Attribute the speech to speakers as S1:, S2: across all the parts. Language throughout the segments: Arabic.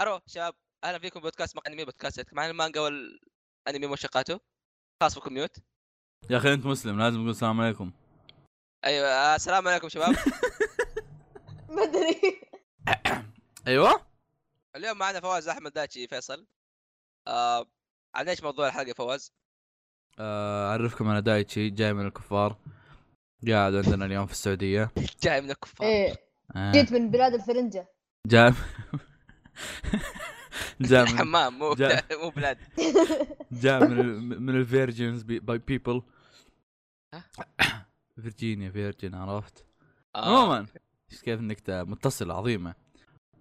S1: الو شباب اهلا فيكم بودكاست مقال انمي بودكاست مع المانجا والانمي ومشقاته خاص بكم ميوت
S2: يا اخي انت مسلم لازم تقول السلام عليكم
S1: ايوه آه، السلام عليكم شباب
S3: بدري
S2: ايوه
S1: اليوم معنا فواز احمد داتشي فيصل آه عن ايش موضوع الحلقه يا فواز؟
S2: آه، اعرفكم انا دايتشي جاي من الكفار قاعد عندنا اليوم في السعوديه
S1: جاي من الكفار
S3: ايه
S2: آه،
S3: جيت من بلاد الفرنجة
S2: جاي جاي من
S1: حمام مو
S2: جاء.
S1: مو بلاد
S2: جاي من ال- من الفيرجنز باي بيبل
S1: ها؟
S2: فيرجينيا فيرجن عرفت
S1: آه،
S2: عموما شفت كيف النكتة متصلة عظيمة.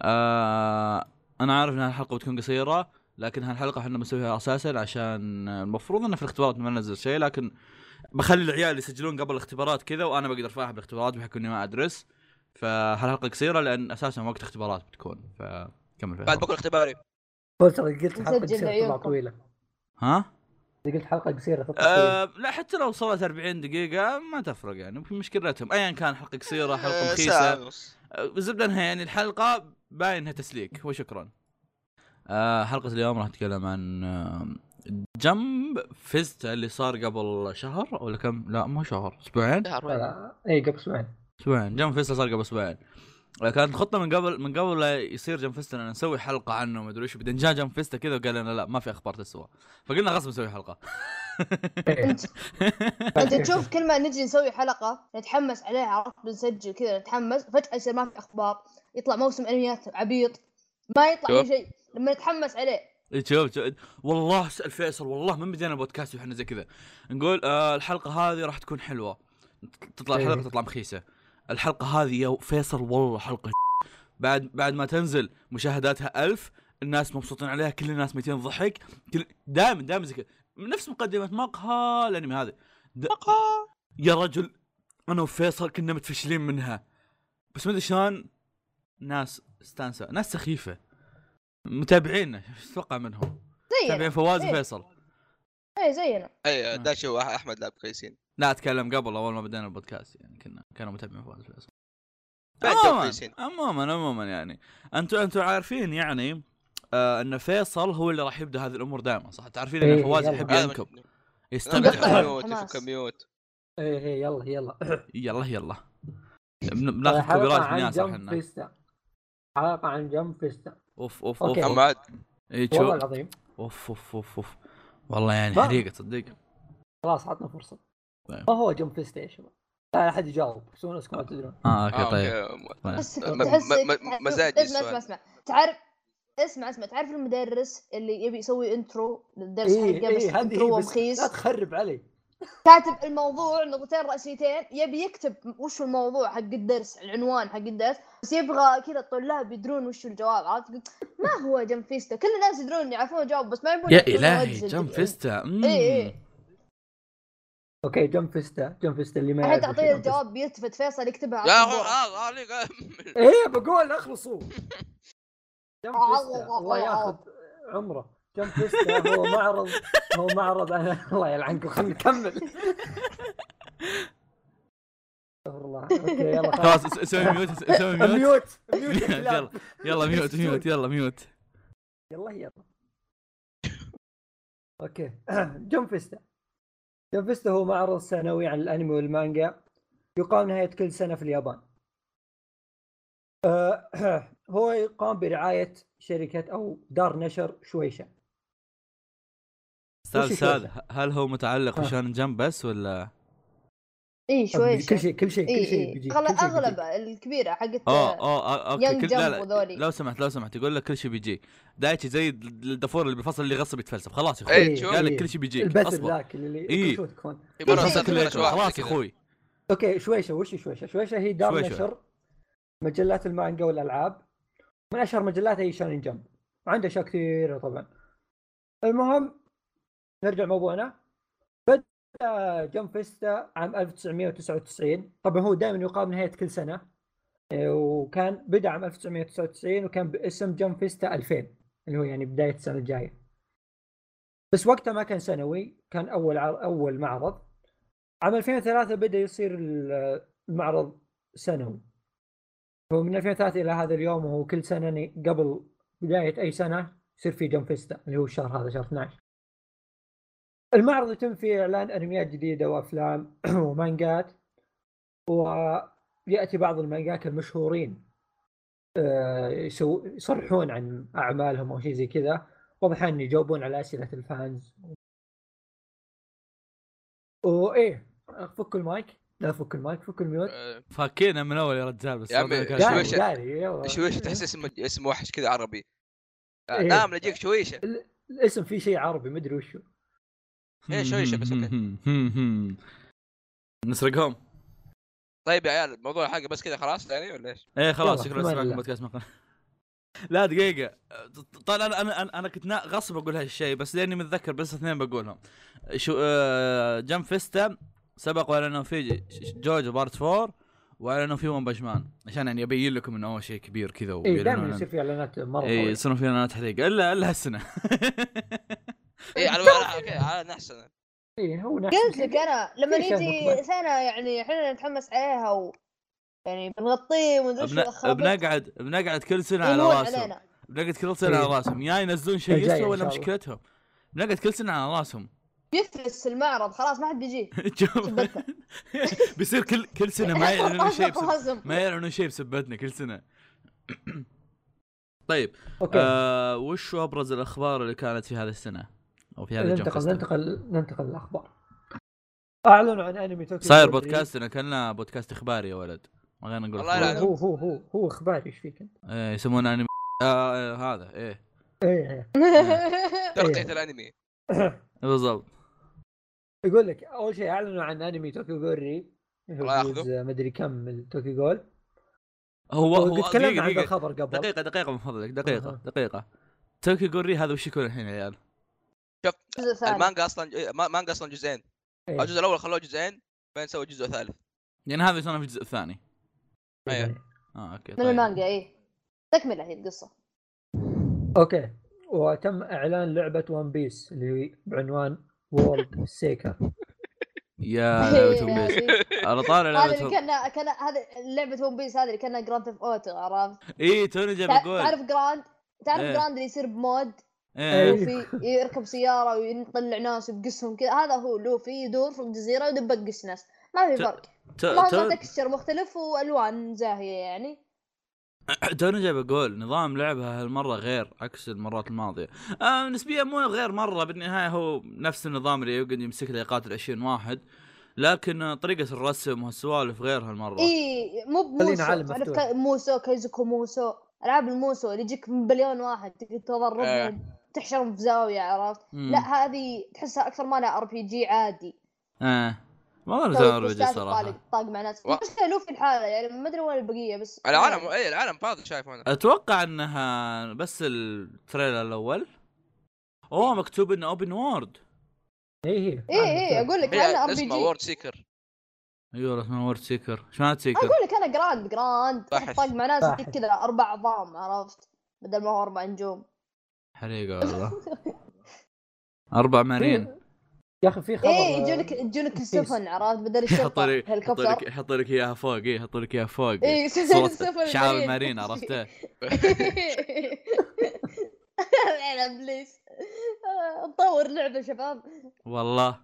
S2: آه انا عارف ان الحلقة بتكون قصيرة لكن هالحلقة احنا بنسويها اساسا عشان المفروض انه في الاختبارات ما ننزل شيء لكن بخلي العيال يسجلون قبل الاختبارات كذا وانا بقدر فاهم بالاختبارات بحكم اني ما ادرس فهالحلقة قصيرة لان اساسا وقت اختبارات بتكون فكمل فيها
S1: بعد بكره اختباري
S4: هو ترى قلت حلقه
S3: نسجل
S4: قصيره تطلع
S3: عيونكم.
S4: طويله
S2: ها؟
S4: قلت حلقه قصيره تطلع طويله
S2: آه لا حتى لو وصلت 40 دقيقة ما تفرق يعني في مشكلتهم ايا كان حلقة قصيرة حلقة
S1: آه، ساعة
S2: مخيسة
S1: ونص
S2: الزبده انها يعني الحلقه باين انها تسليك وشكرا. آه حلقه اليوم راح نتكلم عن آه، جنب فيزتا اللي صار قبل شهر ولا كم؟ لا مو شهر اسبوعين
S1: شهر وين؟
S4: آه، اي قبل اسبوعين
S2: اسبوعين جنب فيزتا صار قبل اسبوعين. آه، كانت خطه من قبل من قبل لا يصير جنب فيستا ان نسوي حلقه عنه وما ادري ايش بعدين جاء جنب فيستا كذا وقال لنا لا ما في اخبار تسوى فقلنا غصب نسوي حلقه.
S4: إيه.
S3: انت انت تشوف كل ما نجي نسوي حلقة نتحمس عليها عرفت بنسجل كذا نتحمس فجأة يصير ما في اخبار يطلع موسم انميات عبيط ما يطلع اي
S1: شوف.
S3: شيء لما نتحمس عليه
S2: إيه، شوف شوف والله اسال فيصل والله من بدينا بودكاست واحنا زي كذا نقول آه الحلقه هذه راح تكون حلوه تطلع
S4: إيه.
S2: الحلقه تطلع مخيسه الحلقه هذه يا فيصل والله حلقه بعد بعد ما تنزل مشاهداتها ألف الناس مبسوطين عليها كل الناس ميتين ضحك كل دائما دائما زي كذا نفس مقدمه مقهى الانمي هذا د- يا رجل انا وفيصل كنا متفشلين منها بس ما ادري شلون ناس استانسه ناس سخيفه متابعينا ايش تتوقع منهم؟ تابعين
S3: زينا
S2: فواز
S3: إيه.
S2: وفيصل
S3: اي إيه، زينا
S2: أيوة،
S1: اي داتشي واحمد لاب كويسين
S2: لا اتكلم قبل اول ما بدينا البودكاست يعني كنا كانوا متابعين فواز وفيصل
S1: بعد دور
S2: عموما
S1: كويسين
S2: عموما عموما يعني انتم انتم عارفين يعني آه ان فيصل هو اللي راح يبدا هذه الامور دائما صح تعرفين ان
S4: إيه،
S2: فواز
S4: يلا.
S2: يحب
S1: هذا
S2: ينكب
S1: من-
S2: يستمتع
S1: يفك
S3: يلا.
S1: ميوت
S3: حماس.
S1: يفك ميوت
S4: ايه ايه يلا يلا آه،
S2: يلا يلا بن- بناخذ
S4: حلقة
S2: كوبيرات
S4: عن
S2: من ياسر
S4: جنب
S2: احنا
S4: فيستا حلقه عن جنب فيستا
S2: اوف اوف اوف
S4: أوكي.
S1: اما
S2: اوف
S1: عاد
S2: إيه، شو-
S4: والله العظيم
S2: اوف اوف اوف اوف والله يعني
S4: ما-
S2: حريقه تصدق
S4: خلاص عطنا فرصه
S2: طيب.
S4: ما هو جنب فيستا يا شباب لا احد يجاوب بس انا اسكت ما تدرون
S2: اه
S1: آه،
S2: اوكي طيب
S1: أوكي.
S2: طيب.
S3: تحسك
S1: م- م-
S3: تحسك
S1: م- مزاجي
S3: اسمع
S1: السؤال.
S3: اسمع اسمع تعرف اسمع اسمع تعرف المدرس اللي يبي يسوي انترو للدرس
S4: ايه
S3: حقه بس
S4: ايه هذه
S3: انترو
S4: هي بس
S3: رخيص
S4: لا تخرب علي
S3: كاتب الموضوع نقطتين رئيسيتين يبي يكتب وش الموضوع حق الدرس العنوان حق الدرس بس يبغى كذا الطلاب يدرون وش الجواب عرفت قلت ما هو جنب فيستا كل الناس يدرون يعرفون الجواب بس ما يبون
S2: يا
S3: يعطون
S2: الهي
S3: وجه
S2: جنب
S3: جديد.
S2: فيستا مم.
S3: إيه، إيه.
S4: اوكي جنب فيستا جنب فيستا اللي ما
S3: حتى
S4: يعرف وش
S3: تعطيه
S4: جنب فيستا.
S3: الجواب بيلتفت فيصل يكتبها على
S1: يا
S3: السبورة.
S1: آه، آه، ليه قام؟
S4: ايه بقول اخلصوا جنب فيستا آه، الله ياخذ عمره جنب فيستا هو معرض هو معرض أنا الله يلعنكم خلينا نكمل استغفر الله اوكي يلا
S2: خلاص س- سوي ميوت س- سوي ميوت
S4: ميوت ميوت يا
S2: يلا
S4: كلاب.
S2: يلا ميوت ميوت يلا ميوت
S4: يلا يلا اوكي جون فيستا جون فيستا هو معرض سنوي عن الانمي والمانجا يقام نهاية كل سنة في اليابان آه، هو يقام برعاية شركة أو دار نشر شويشة
S2: استاذ
S4: وش
S2: ساد
S4: الشيء؟
S2: هل هو متعلق
S4: ها.
S2: بشان جنب بس ولا
S3: اي إيه، شوي إيه،
S4: كل شيء كل شيء كل
S3: اي
S4: شيء
S3: اي
S4: بيجي
S3: اغلب
S4: كل شيء
S3: اغلب
S4: بيجي. آه،
S3: الكبيره حقت
S2: اه اه اوكي
S3: يانج
S2: كل... لا
S3: جنب
S2: لا
S3: وذولي
S2: لو سمحت لو سمحت يقول لك كل شيء بيجي دايتشي زي الدفور اللي بالفصل اللي غصب يتفلسف خلاص يا اخوي
S1: إيه، شو؟
S2: قال لك كل شيء بيجيك
S4: البث
S2: اصبر
S4: ذاك اللي
S2: إيه.
S4: كل شوي تكون
S1: يبغى
S2: البث
S3: شيء
S1: رصاصة
S2: كله
S1: كلها
S2: ياكل.
S1: شواحد
S2: خلاص يا
S1: كذا.
S2: اخوي
S4: اوكي شويشه وش شويشه؟ شويشه هي دار
S2: شويشة.
S4: نشر مجلات المانجا والالعاب من اشهر مجلاتها هي شانين جمب وعندها اشياء كثيره طبعا المهم نرجع موضوعنا بدا جمب فيستا عام 1999 طبعا هو دائما يقام نهايه كل سنه إيه، وكان بدا عام 1999 وكان باسم جمب فيستا 2000 اللي هو يعني بدايه السنه الجايه بس وقتها ما كان سنوي كان اول عر... اول معرض عام 2003 بدا يصير ال- المعرض سنوي هو من 2003 الى هذا اليوم وهو كل سنه ن- قبل بدايه اي سنه يصير في جم فيستا اللي هو الشهر هذا شهر 12 المعرض يتم فيه اعلان انميات جديده وافلام ومانجات وياتي بعض المانجاك المشهورين آه، يسو- يصرحون عن اعمالهم او شيء زي كذا واضح ان يجاوبون على اسئله الفانز وايه إيه، فك المايك لا فك المايك فك الميوت
S1: آه،
S2: فكينا من اول يا رجال بس
S1: يا عمي،
S2: ربنا كان
S1: داري،
S2: شغل.
S1: شويش.
S4: داري يلا.
S1: شويشه تحس اسم اسم وحش كذا عربي آه،
S4: إيه.
S1: نعم نجيك شويشه
S4: الاسم فيه شيء عربي مدري وشو
S1: إيه، شويشة بس، أوكي.
S2: نسرقهم
S1: طيب يا عيال موضوع الحلقه بس كذا خلاص يعني ولا ايش؟
S2: ايه خلاص
S4: يلا،
S2: شكرا
S4: في أمان
S2: لسماعكم
S4: الله.
S2: بودكاست مقال لا دقيقة طبعا انا انا انا, أنا كنت نا- غصب اقول هالشيء بس لاني متذكر بس اثنين بقولهم شو آه جم فيستا سبق واعلنوا فيه ج- ج- جوجو بارت 4 واعلنوا فيه ون بنش مان عشان يعني ابين لكم انه هو شيء كبير كذا
S4: اي دائما
S2: ويعلنون-
S4: إيه، يصير في اعلانات مره
S2: اي
S4: إيه
S2: يصيرون فيه اعلانات حريقة الا الا هالسنة
S4: إيه،
S1: اي على على- اوكي على نحسن
S4: اي إيه، هو نفس
S3: قلت لك انا لما
S4: في شيء مطلع.
S3: يجي سنه يعني احنا نتحمس عليها و يعني بنغطيه ومدري ايش
S2: بن-
S3: خرابيط
S2: بنقعد بنقعد كل سنة على
S3: يلون
S2: راسهم
S3: إيه، علينا
S2: بنقعد كل سنة على
S4: إيه.
S2: راسهم يا ينزلون شيء
S4: الجاي
S2: يسوى
S4: إن
S2: ولا
S4: شاء الله.
S2: مشكلتهم بنقعد كل سنة على راسهم
S3: يفلس المعرض خلاص ما حد بيجي
S2: شوف
S3: سبتنا.
S2: بيصير كل كل سنه ما يعلنون شيء بسب...
S3: هزم
S2: ما يعلنون شيء بسبتنا كل سنه طيب
S4: اوكي آه
S2: آه وش ابرز الاخبار اللي كانت في هذه السنه او في هذا الجنب
S4: ننتقل ننتقل ننتقل للاخبار اعلنوا عن انمي توكيو
S2: صاير
S4: Ghoul
S2: بودكاستنا كنا بودكاست اخباري يا ولد ما غير نقول
S1: الله
S2: أخبار.
S1: يلعنك.
S4: هو هو هو هو اخباري ايش فيك انت؟
S2: إيه يسمونه انمي آه آه، هذا ايه
S4: ايه ايه إيه.
S1: تغطيه الانمي
S2: بالضبط
S4: يقول لك اول شيء اعلنوا عن انمي توكيو جوري
S1: الله ياخذه.
S4: مدري كم من توكيو جول
S2: هو هو
S4: وقد
S2: دقيقه
S4: تكلمنا عن هذا
S2: دقيقه
S4: الخبر قبل
S2: دقيقه دقيقه من فضلك دقيقه
S4: أها.
S2: دقيقه توكي جوري هذا وش يكون الحين يا عيال؟
S3: الجزء الثاني
S1: المانجا اصلا ما- مانجا اصلا جزئين
S4: إيه.
S1: الجزء الاول خلوه جزئين بعدين سووا جزء ثالث
S2: يعني هذا يسوونه في الجزء الثاني
S1: أيوة.
S4: إيه.
S2: اه اوكي
S3: من
S2: طيب.
S3: المانجا ايه تكمله هي القصه
S4: اوكي وتم اعلان لعبه ون بيس اللي بعنوان وورلد سيكر
S2: يا لعبه ون بيس
S3: إيه، هذا
S2: على طاري لعبه
S3: اللي
S2: ون-
S3: كان كان هذا لعبه ون بيس هذا اللي كان جراند اوف اوتو عرفت
S2: اي توني جاي
S3: تع-
S2: بقول
S3: تعرف جراند تعرف
S2: طيب، إيه.
S3: جراند اللي يصير بمود
S2: إيه.
S3: لوفي يركب سياره ويطلع ناس ويبقسهم كذا هذا هو لوفي يدور في الجزيره ويدبقس ناس ما في
S2: ت-
S3: فرق
S2: تو-
S3: مهما
S2: تو-
S3: تكستشر مختلف والوان زاهيه يعني
S2: توني جاي بقول نظام لعبها هالمره غير عكس المرات الماضيه آه نسبيا مو غير مره بالنهايه هو نفس النظام اللي يقعد يمسك لي يقاتل 20 واحد لكن آه، طريقه الرسم وهالسوالف غير هالمره
S3: اي مو
S4: خلينا
S3: بموسو
S4: عالم
S3: عارف
S4: مفتوح.
S3: كا- موسو كايزوكو موسو العاب الموسو اللي يجيك مليون واحد تقدر
S1: إيه.
S3: تضربهم تحشرهم في زاويه عرفت
S2: مم.
S3: لا هذه تحسها اكثر ما لها ار بي جي عادي
S2: آه. والله
S3: سوي
S2: نزال ربجي
S3: بوستات
S2: صراحه
S3: وطالق طاق مع ناس
S1: و-
S3: بس لوفي الحالة يعني ما ادري وين البقيه بس
S4: إيه.
S1: العالم اي العالم فاضي شايف انا
S2: اتوقع انها بس التريلر الاول اوه مكتوب انه اوبن وورد
S4: اي هي
S3: اي اي اقول لك
S1: هي
S3: انا ار بي
S1: اسمها
S3: جي
S1: وورد سيكر
S2: ايوه اسمه وورد سيكر شو معنى سيكر؟
S3: اقول لك انا جراند جراند
S1: فاحش.
S3: طاق مع ناس
S4: فاحش.
S3: يجيك كذا اربع عظام عرفت بدل ما هو اربع نجوم
S2: حريقه والله اربع مارين
S4: يا اخي في خبر
S3: ايه يجونك يجونك السفن عرفت بدل
S2: يحط
S3: الشرطه
S2: لك يحط لك
S3: هليكوبتر
S2: يحط لك اياها فوق اي يحط لك اياها فوق
S3: ايه
S2: صورة شعار المارين عرفته
S3: العب بليز آه، نطور لعبه شباب
S2: والله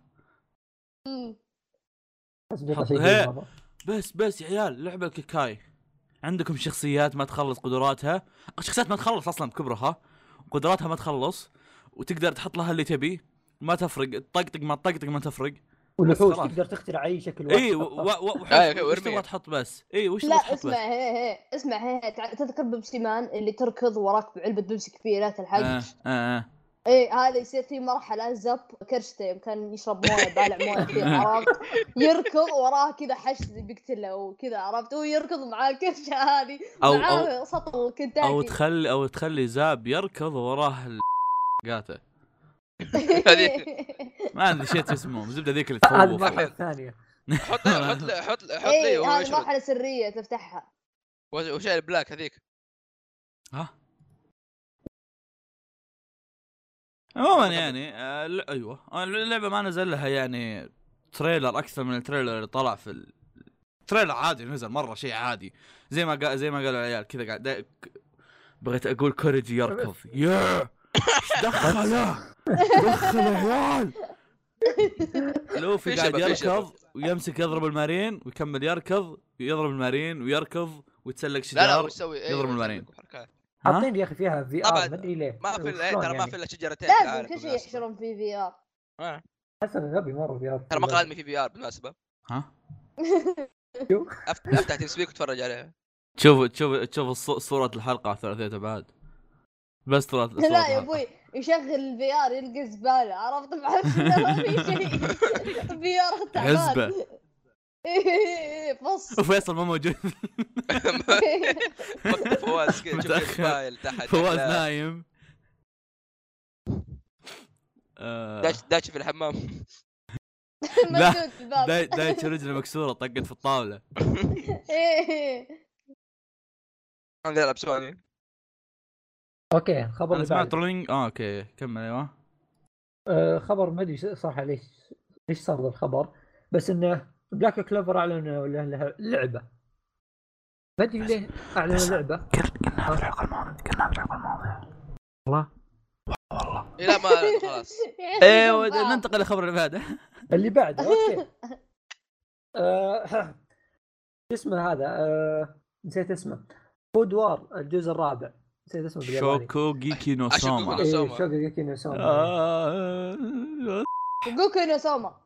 S4: حط...
S2: حط- هي. بس بس يا عيال لعبه الكيكاي عندكم شخصيات ما تخلص قدراتها شخصيات ما تخلص اصلا بكبرها قدراتها ما تخلص وتقدر تحط لها اللي تبيه ما تفرق طقطق ما طقطق ما تفرق إيه،
S4: والوحوش
S2: خلاص.
S4: تقدر تخترع اي شكل
S1: إيه،
S2: اي
S4: وحش تحطه.
S1: أيوة،
S2: وش
S1: وارميها.
S2: تبغى تحط بس اي وش
S3: لا
S2: تبغى تحط
S3: اسمع
S2: بس آه،
S3: هي هي اسمع هي, هي تع- تذكر بيبسي مان اللي تركض وراك بعلبه بيبسي كبيره تلحق
S2: آه آه
S3: ايه هذا يصير في مرحله زب كرشته كان يشرب مويه بالع مويه كثير عرفت يركض وراه كذا حشد بيقتله وكذا عرفت هو يركض مع الكرشه هذه
S2: أو-
S3: معاه سطل كنتاكي
S2: او تخلي او تخلي زاب يركض وراه ال- قاته ما نسيت اسمه الزبده ذيك اللي
S4: هذه
S2: تخوف
S4: المرحله الثانيه
S1: حط حط لي- حط لي- حط لي
S4: إيه،
S3: ايه
S1: وهو
S3: هذه
S1: يشرد
S3: مرحله سريه تفتحها
S1: وش- وش البلاك هذيك
S2: ها عموما يعني آه ل- ايوه آه، اللعبه ما نزل لها يعني تريلر اكثر من التريلر اللي طلع في ال- تريلر عادي نزل مره شيء عادي زي ما قا... زي ما قالوا العيال كذا قاعد دا- ك- بغيت اقول كوريجي يركض ياه إيش دخله دخل عيال لوفي
S1: في
S2: قاعد
S1: شبه، في شبه.
S2: يركض ويمسك يضرب المارين ويكمل يركض يضرب المارين ويركض ويتسلق شجار
S1: لا لا وش يسوي؟ إيه،
S2: يضرب الملايين. ها؟
S4: حاطين يا اخي فيها في
S1: طبعاً.
S4: ار ما ادري ليه
S1: ما في
S4: شلون
S1: الا إيه، ترى ما
S4: يعني؟
S1: في الا شجرتين
S3: لازم
S1: تعال
S3: كل شيء
S1: بالمناسبة.
S3: يحشرون في في ار
S1: آه.
S4: حسن غبي مره في ار
S1: ترى مقال ادمي في بي ار بالمناسبه
S2: ها
S1: أفت- افتح تيم سبيك وتفرج عليها
S2: تشوف تشوف تشوف الص- صورة الحلقة على ثلاثية ابعاد بس ترى
S3: لا يا ابوي يشغل الفي ار يلقى زباله عرفت ما عرفت ما في شيء في ار تعبان
S2: حزبة.
S3: إيه، فص
S2: وفيصل ما موجود
S1: فك فواز كذا شوف
S2: متأخر.
S1: الفايل تحت
S2: فواز
S1: لا.
S2: نايم آه،
S1: داش داش في الحمام
S3: مسدود في الباب
S2: داي- دايتش رجله مكسورة طقت في الطاولة
S3: إيه.
S1: انا العب سوني
S4: اوكي الخبر
S2: انا
S4: اللي
S2: سمعت
S4: بعده
S2: رولينج اه اوكي كمل ايوه
S4: آه، خبر ما ادري صراحه ليش ليش صار ذا الخبر بس انه بلاك كلوفر اعلنوا له- لها لعبه ما ادري ليه اعلنوا لعبه
S2: قلنا في الحلقة الماضية قلنا في الحلقة الماضية
S1: إيه، لا ما أعلن، خلاص
S3: إيه،
S2: ايوه
S3: يشوف بعض.
S2: ننتقل للخبر اللي بعده
S4: اللي بعده اوكي آه، شو اسمه هذا آه، نسيت اسمه فود وار الجزء الرابع نسيت اسمه بالياباني
S2: شوكو جيكي نو
S1: أشوكو
S2: سوما
S1: نو-
S4: إيه،
S1: نوسوما.
S4: شوكوغيكي نوسوما.
S2: آه،
S3: جوكو نوسوما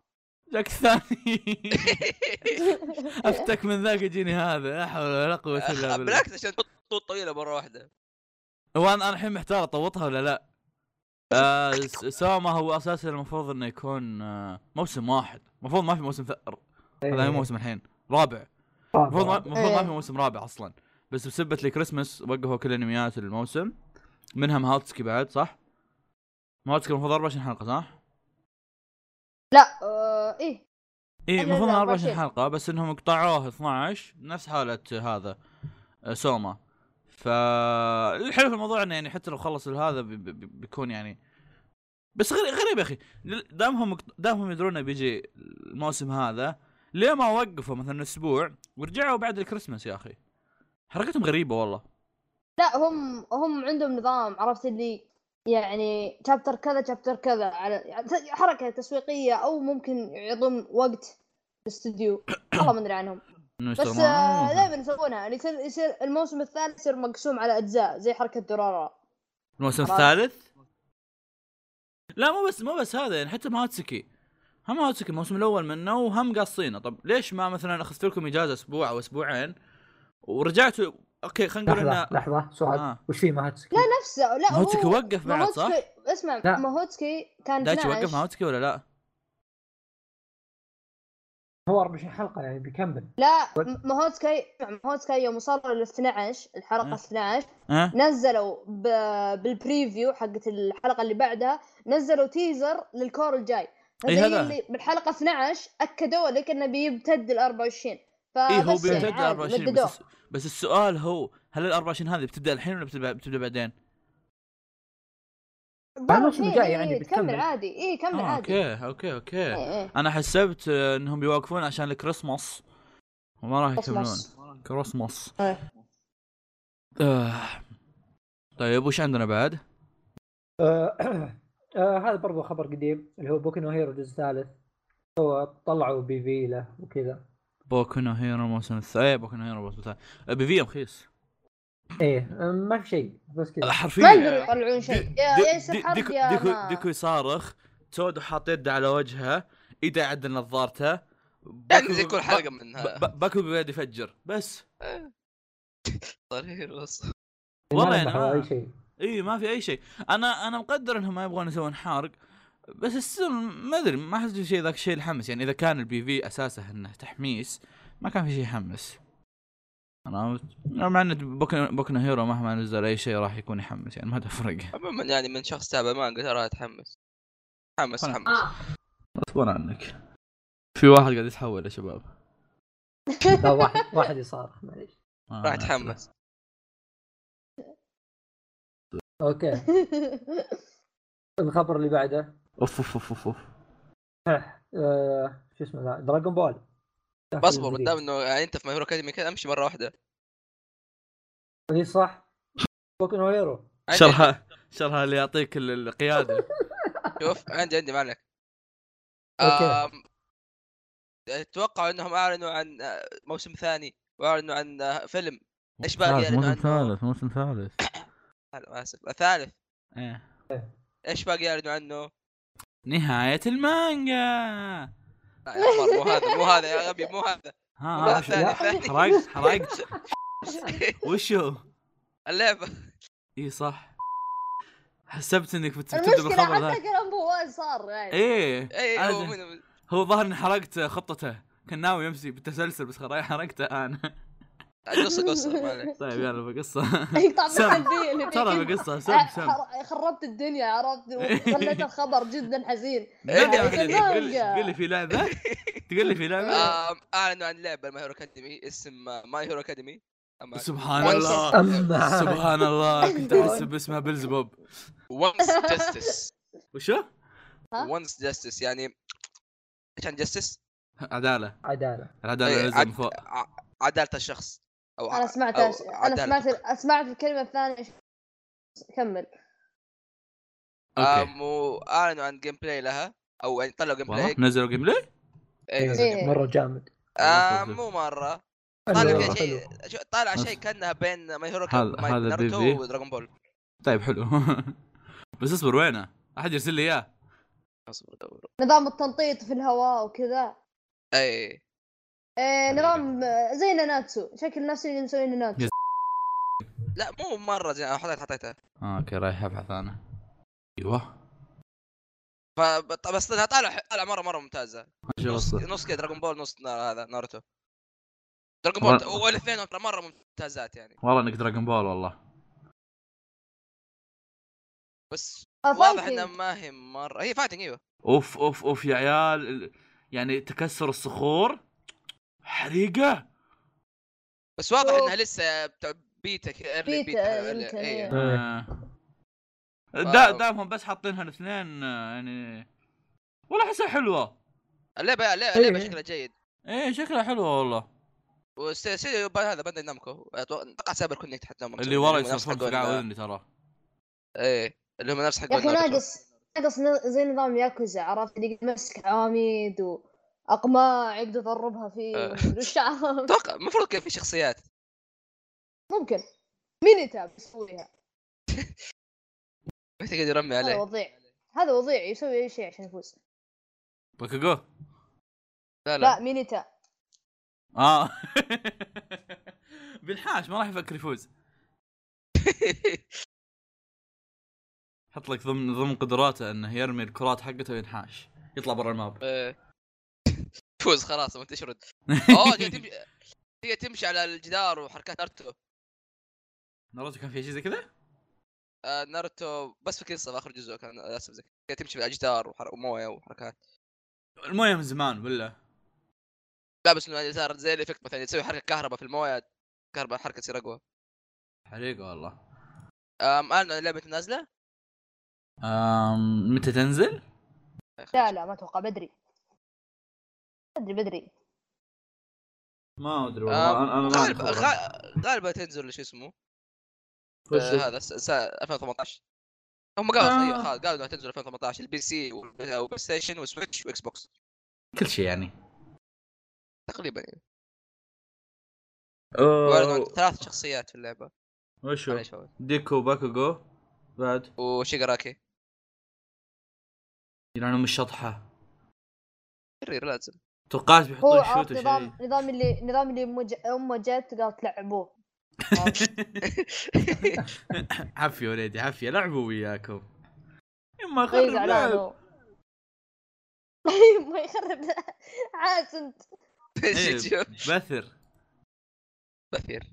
S2: جاك الثاني افتك من ذاك يجيني هذا لا حول ولا قوه الا بالله
S1: بالعكس عشان تحط طوط طويله مره واحده
S2: هو انا أنا الحين محتار اطوطها ولا لا آه س- سوما هو اساسا المفروض انه يكون آه موسم واحد المفروض ما في موسم ث-
S4: إيه.
S2: هذا مو موسم الحين رابع
S4: رابع.
S2: المفروض ما- المفروض ما
S3: إيه.
S2: في موسم رابع اصلا بس بسبه الكريسماس وقفوا كل انميات الموسم منها مهاتسكي بعد صح؟ مهاتسكي المفروض 24 حلقه صح؟
S3: لا آه، ايه
S2: اي إيه،
S3: لا،
S2: المفروض
S3: لا،
S2: 24
S3: 24.
S2: حلقه بس انهم قطعوه 12 نفس حاله هذا آه، سوما فالحلو في الموضوع انه يعني حتى لو خلص هذا بي- بي- بي- بيكون يعني بس غري- غريب يا اخي دامهم مقط- دامهم يدرون إنه بيجي الموسم هذا ليه ما وقفوا مثلا اسبوع ورجعوا بعد الكريسماس يا اخي حركتهم غريبه والله
S3: لا هم هم عندهم نظام عرفت اللي يعني شابتر كذا شابتر كذا على يعني حركه تسويقيه او ممكن يعطون وقت الاستوديو والله ما ادري عنهم
S2: انه
S3: بس
S2: يشتغلون.
S3: آه، دائما يسوونها يعني يصير يصير الموسم الثالث يصير مقسوم على اجزاء زي حركه دورارا
S2: الموسم
S3: خلاص.
S2: الثالث لا مو بس مو بس هذا يعني حتى ماتسكي هم ماتسكي الموسم الاول منه وهم قاصينه طب ليش ما مثلا اخذت لكم اجازه اسبوع او اسبوعين ورجعتوا اوكي خلينا نقول
S4: لحظه
S2: انه
S4: لحظه سؤال
S2: آه.
S4: وش في ماهاتسكي؟
S3: نفسه لا
S2: ماهوتسكي
S3: هو-
S2: وقف بعد، صح؟
S3: ماهوتسكي- اسمع
S4: لا.
S3: ماهوتسكي كان
S2: دايتشي وقف
S3: 12.
S2: ماتسكي ولا لا؟
S4: هو 24 حلقه يعني بيكمل
S3: لا ماهوتسكي ماهوتسكي يوم وصلوا لل 12 الحلقه
S2: أه.
S3: 12
S2: ها؟
S3: نزلوا ب... بالبريفيو حقت الحلقه اللي بعدها نزلوا تيزر للكور الجاي
S2: إيه
S3: فزي
S2: هذا.
S3: اللي بالحلقه 12 اكدوا لك انه بيمتد ل 24 فبس
S2: اي إيه، هو بيمتد
S3: يعني
S2: ل
S3: عادي،
S2: 24
S3: مددوه.
S2: بس, بس السؤال هو هل ال 24 هذه بتبدا الحين ولا بتبدا, بتبدا بعدين؟
S3: برا
S4: الموسم
S3: الحين،
S4: الجاي
S3: إيه، تكمل
S4: يعني بتكمل.
S3: عادي اي كمل
S2: آه،
S3: عادي
S2: اوكي اوكي اوكي
S3: إيه، إيه.
S2: انا حسبت آه، انهم بيوقفون عشان الكريسماس وما راح يكملون
S3: خلاص.
S2: كريسماس
S3: إيه.
S2: آه. طيب وش عندنا بعد؟
S4: آه آه هذا برضو خبر قديم اللي هو بوكو نو هيرو الجزء الثالث هو طلعوا بي في له وكذا
S2: بوكو نو هيرو الموسم الثاني ايه بوكو نو هيرو الموسم الثاني آه، بي في رخيص
S4: ايه آه، ما في شيء بس كذا
S2: آه،
S3: ما
S2: حرفيا
S3: يقدروا يطلعون شيء يا يا يصير حرب
S2: ديكو
S3: يا
S2: ديكو,
S3: ما.
S2: ديكو يصارخ تودو حاط يده على وجهه ايده عدل نظارته
S1: يعني زي كل حلقه منها
S2: باكو بيد يفجر بس
S1: صغير بس
S4: ما
S2: والله
S4: نبحوا
S2: يعني ما-
S4: اي شيء
S2: اي ما في اي شيء انا انا مقدر انهم ما يبغون يسوون حرق بس السر ما ادري ما احس في شيء ذاك الشيء الحمس يعني اذا كان البي في اساسه انه تحميس ما كان في شيء يحمس انا مع ان بوكنا بوكنا هيرو مهما نزل اي شيء راح يكون يحمس يعني ما تفرق
S1: عموما يعني من شخص تابع مانجا ترى اتحمس تحمس
S2: أنا-
S1: تحمس
S3: آه.
S2: غصبا عنك في واحد قاعد يتحول يا شباب
S4: لا واحد واحد يصارخ معليش
S2: آه،
S1: راح اتحمس
S4: اوكي الخبر اللي بعده
S2: اوف اوف اوف اوف, أوف.
S4: آه شو اسمه ذا دراجون بول
S1: بصبر قدام انه يعني انت في ماهور اكاديمي كذا امشي مره واحده
S4: اي إيه، صح بوكو نو هيرو
S1: عندي-
S2: شرها شرها اللي يعطيك ال- القياده
S1: شوف عندي عندي ما عليك
S4: أوكي.
S1: آم، اتوقع انهم اعلنوا عن آه، موسم ثاني واعلنوا عن آه، فيلم ايش باقي
S2: ثالث،
S1: يعني
S2: موسم
S1: عنده؟
S2: ثالث موسم ثالث
S1: أنا اسف الثالث
S2: إيه.
S1: ايش باقي اعلنوا عنه؟
S2: نهايه المانجا
S1: لا يا عمر، مو هذا مو هذا يا غبي مو هذا مو
S2: ها
S1: هذا
S2: ها
S1: الثاني
S4: لا.
S1: الثاني
S2: حرقت آه، حرقت وشو؟
S1: اللعبه
S2: اي صح حسبت انك بت- بتبدا
S3: المشكله
S2: بالخبر ذاك
S3: حتى كلام هو صار يعني
S2: ايه
S1: اي
S2: أنا
S1: هو
S2: د-
S1: من-
S2: هو ظهر اني حرقت خطته كان ناوي يمشي بالتسلسل بس خلاص حرقته انا
S1: قصه قصه ما عليك
S2: طيب يلا بقصه
S3: يقطع
S2: سب.
S3: معها البيئة اللي
S2: ترى
S3: فيك.
S2: بقصه
S3: آه،
S2: سب سب
S3: خر- خربت الدنيا عرفت وخليت الخبر جدا حزين
S2: نادي
S1: إيه،
S2: واحد
S1: إيه،
S2: تقول لي-
S3: مانجا.
S2: تقول لي في لعبه تقول لي في لعبه
S1: آم، اعلنوا عن لعبه ماي هيرو اكاديمي اسم آه، ماي هيرو اكاديمي
S2: سبحان
S3: ونس.
S1: آه،
S2: الله
S4: اما
S2: سبحان الله كنت احسب اسمها بلزبوب
S1: وانس جاستس
S2: وشو؟
S3: ها؟
S1: وانس جاستس يعني ايش عن جاستس؟
S2: عداله
S4: عداله
S2: العداله
S1: إيه،
S2: لازم فوق
S1: عداله الشخص او
S3: انا سمعت
S1: أو
S3: أش... انا
S1: عدالة.
S3: سمعت سمعت الكلمه الثانيه ش- كمل
S2: اوكي
S1: آم، واعلنوا آه، عن جيم بلاي لها او يعني طلعوا جيم
S2: والله
S1: بلاي
S2: نزلوا جيم بلاي
S1: إيه، نزل
S3: إيه.
S1: جيم
S4: مره جامد
S1: بلاي. آم، مو مره طالع فيها شيء شو- طالع شيء
S2: أف.
S1: كانها بين ماي هيرو
S2: هذا-
S1: ماي-
S2: هذا
S1: ناروتو
S2: ديزي.
S1: ودراغون بول
S2: طيب حلو بس اصبر وينه؟ احد يرسل لي اياه
S1: أصبر أدور.
S3: نظام التنطيط في الهواء وكذا
S1: اي
S3: إيه نظام آه، زي ناناتسو شكل نفس اللي مسوي ناناتسو
S2: يس.
S1: لا مو مره زين أنا حطيت حطيتها
S2: آه، اوكي رايح ابحث انا ايوه
S1: فبط- بس طلع طالع مره مره ممتازه
S2: ايش
S1: نص
S2: القصة؟
S1: نص كذا دراغون بول نص نا- هذا ناروتو دراغون بول
S2: مرة-
S1: والاثنين ترى مره ممتازات يعني
S2: والله انك دراجون بول والله
S1: بس
S3: آه،
S1: واضح
S3: fighting.
S1: انها ما هي مره هي فايتنج ايوه
S2: اوف اوف اوف يا عيال ال- يعني تكسر الصخور حريقه
S1: بس واضح
S3: أوه.
S1: انها لسه بتاع بيتا كذا early
S3: بيتا،
S1: بيتا
S3: يمكن،
S1: إيه.
S3: إيه.
S2: آه. دا
S1: واو.
S2: دامهم بس حاطينها الاثنين آه، يعني والله احسها حلوه
S1: اللعبه اللعبه
S4: إيه.
S3: أيوة.
S1: اللعبة شكلها جيد
S2: ايه شكلها حلوه والله
S1: واستديو هذا بنداي نامكو أتوقع- اتوقع سايبر كونكت حتى هم
S2: اللي ورا
S1: هم نفس
S2: يصرفون
S1: حقون-
S2: في قاع اذني ترى
S1: ايه اللي هم نفس حق
S3: يا اخي
S1: ناروتو.
S3: ناقص ناقص ن- زي نظام ياكوزا عرفت اللي يمسك عواميد واقماع يقدر يضربها
S1: آه.
S3: فيه وش عرفت؟
S1: اتوقع المفروض كان في شخصيات
S3: ممكن مين تاب يسويها
S1: ما تقدر يرمي
S3: هذا
S1: عليه
S3: وضيع هذا وضيع يسوي اي شيء عشان يفوز
S2: باكوغو
S1: لا لا
S3: لا مينيتا
S2: اه بالحاش ما راح يفكر يفوز حط لك ضمن ضمن قدراته انه يرمي الكرات حقته وينحاش يطلع برا الماب
S1: إيه. فوز خلاص ما تشرد اوه تقدر تمشي تقدر تمشي على الجدار وحركات ناروتو
S2: ناروتو كان فيها شيء زي كذا؟
S1: آه، ناروتو بس في قصه في اخر جزء كان للاسف زي كذا. تقدر تمشي على الجدار وحر- ومويه وحركات
S2: المويه من زمان ولا
S1: لا بس انه صار زي الافكت مثلا تسوي حركه كهرباء في المويه كهرباء الحركه تصير اقوى
S2: حريقه والله
S1: أم انا لعبه نازله
S2: أم متى تنزل؟
S3: لا لا ما اتوقع بدري بدري بدري
S2: ما ادري
S1: والله،
S2: انا
S1: غالبا غا- غالبا تنزل شو اسمه آه، هذا س- س- 2018 هم قالوا
S2: آه.
S1: ايوه خلاص قالوا انها تنزل 2018 البي سي والبلاي ستيشن وسويتش واكس بوكس
S2: كل شيء يعني
S1: تقريبا يعني وأعلنوا عن ثلاث شخصيات في اللعبه
S2: وشو؟
S1: معليش هو.
S2: ديكو باكوغو بعد
S1: وشيغاراكي
S2: يلعنهم الشطحه
S1: شرير لازم
S2: توقعت
S3: هو
S2: بيحطون
S3: عرفت
S2: شوت وشيء
S3: نظام نظام اللي نظام اللي مج- امه جت قالت لعبوه
S2: عافيه وليدي عافيه لعبوا وياكم اما
S3: اي
S2: خرب
S3: زعلان
S2: لعب
S3: هو أيوة، ما يخرب عاس انت
S2: إيه،
S1: شوف
S2: بثر
S1: بثير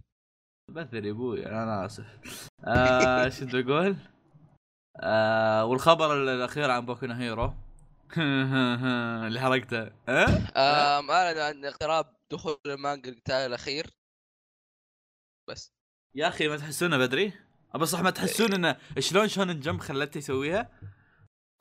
S2: بثر يا ابوي انا اسف آه، شو بقول؟ آه والخبر ال- الاخير عن بوكو نو هيرو اللي حرقته أه؟
S1: أم، اعلنوا عن اقتراب دخول المانجا القتال الاخير بس
S2: يا اخي ما تحسونه بدري؟ أبا صح ما تحسون انه شلون شونن جمب خلته يسويها؟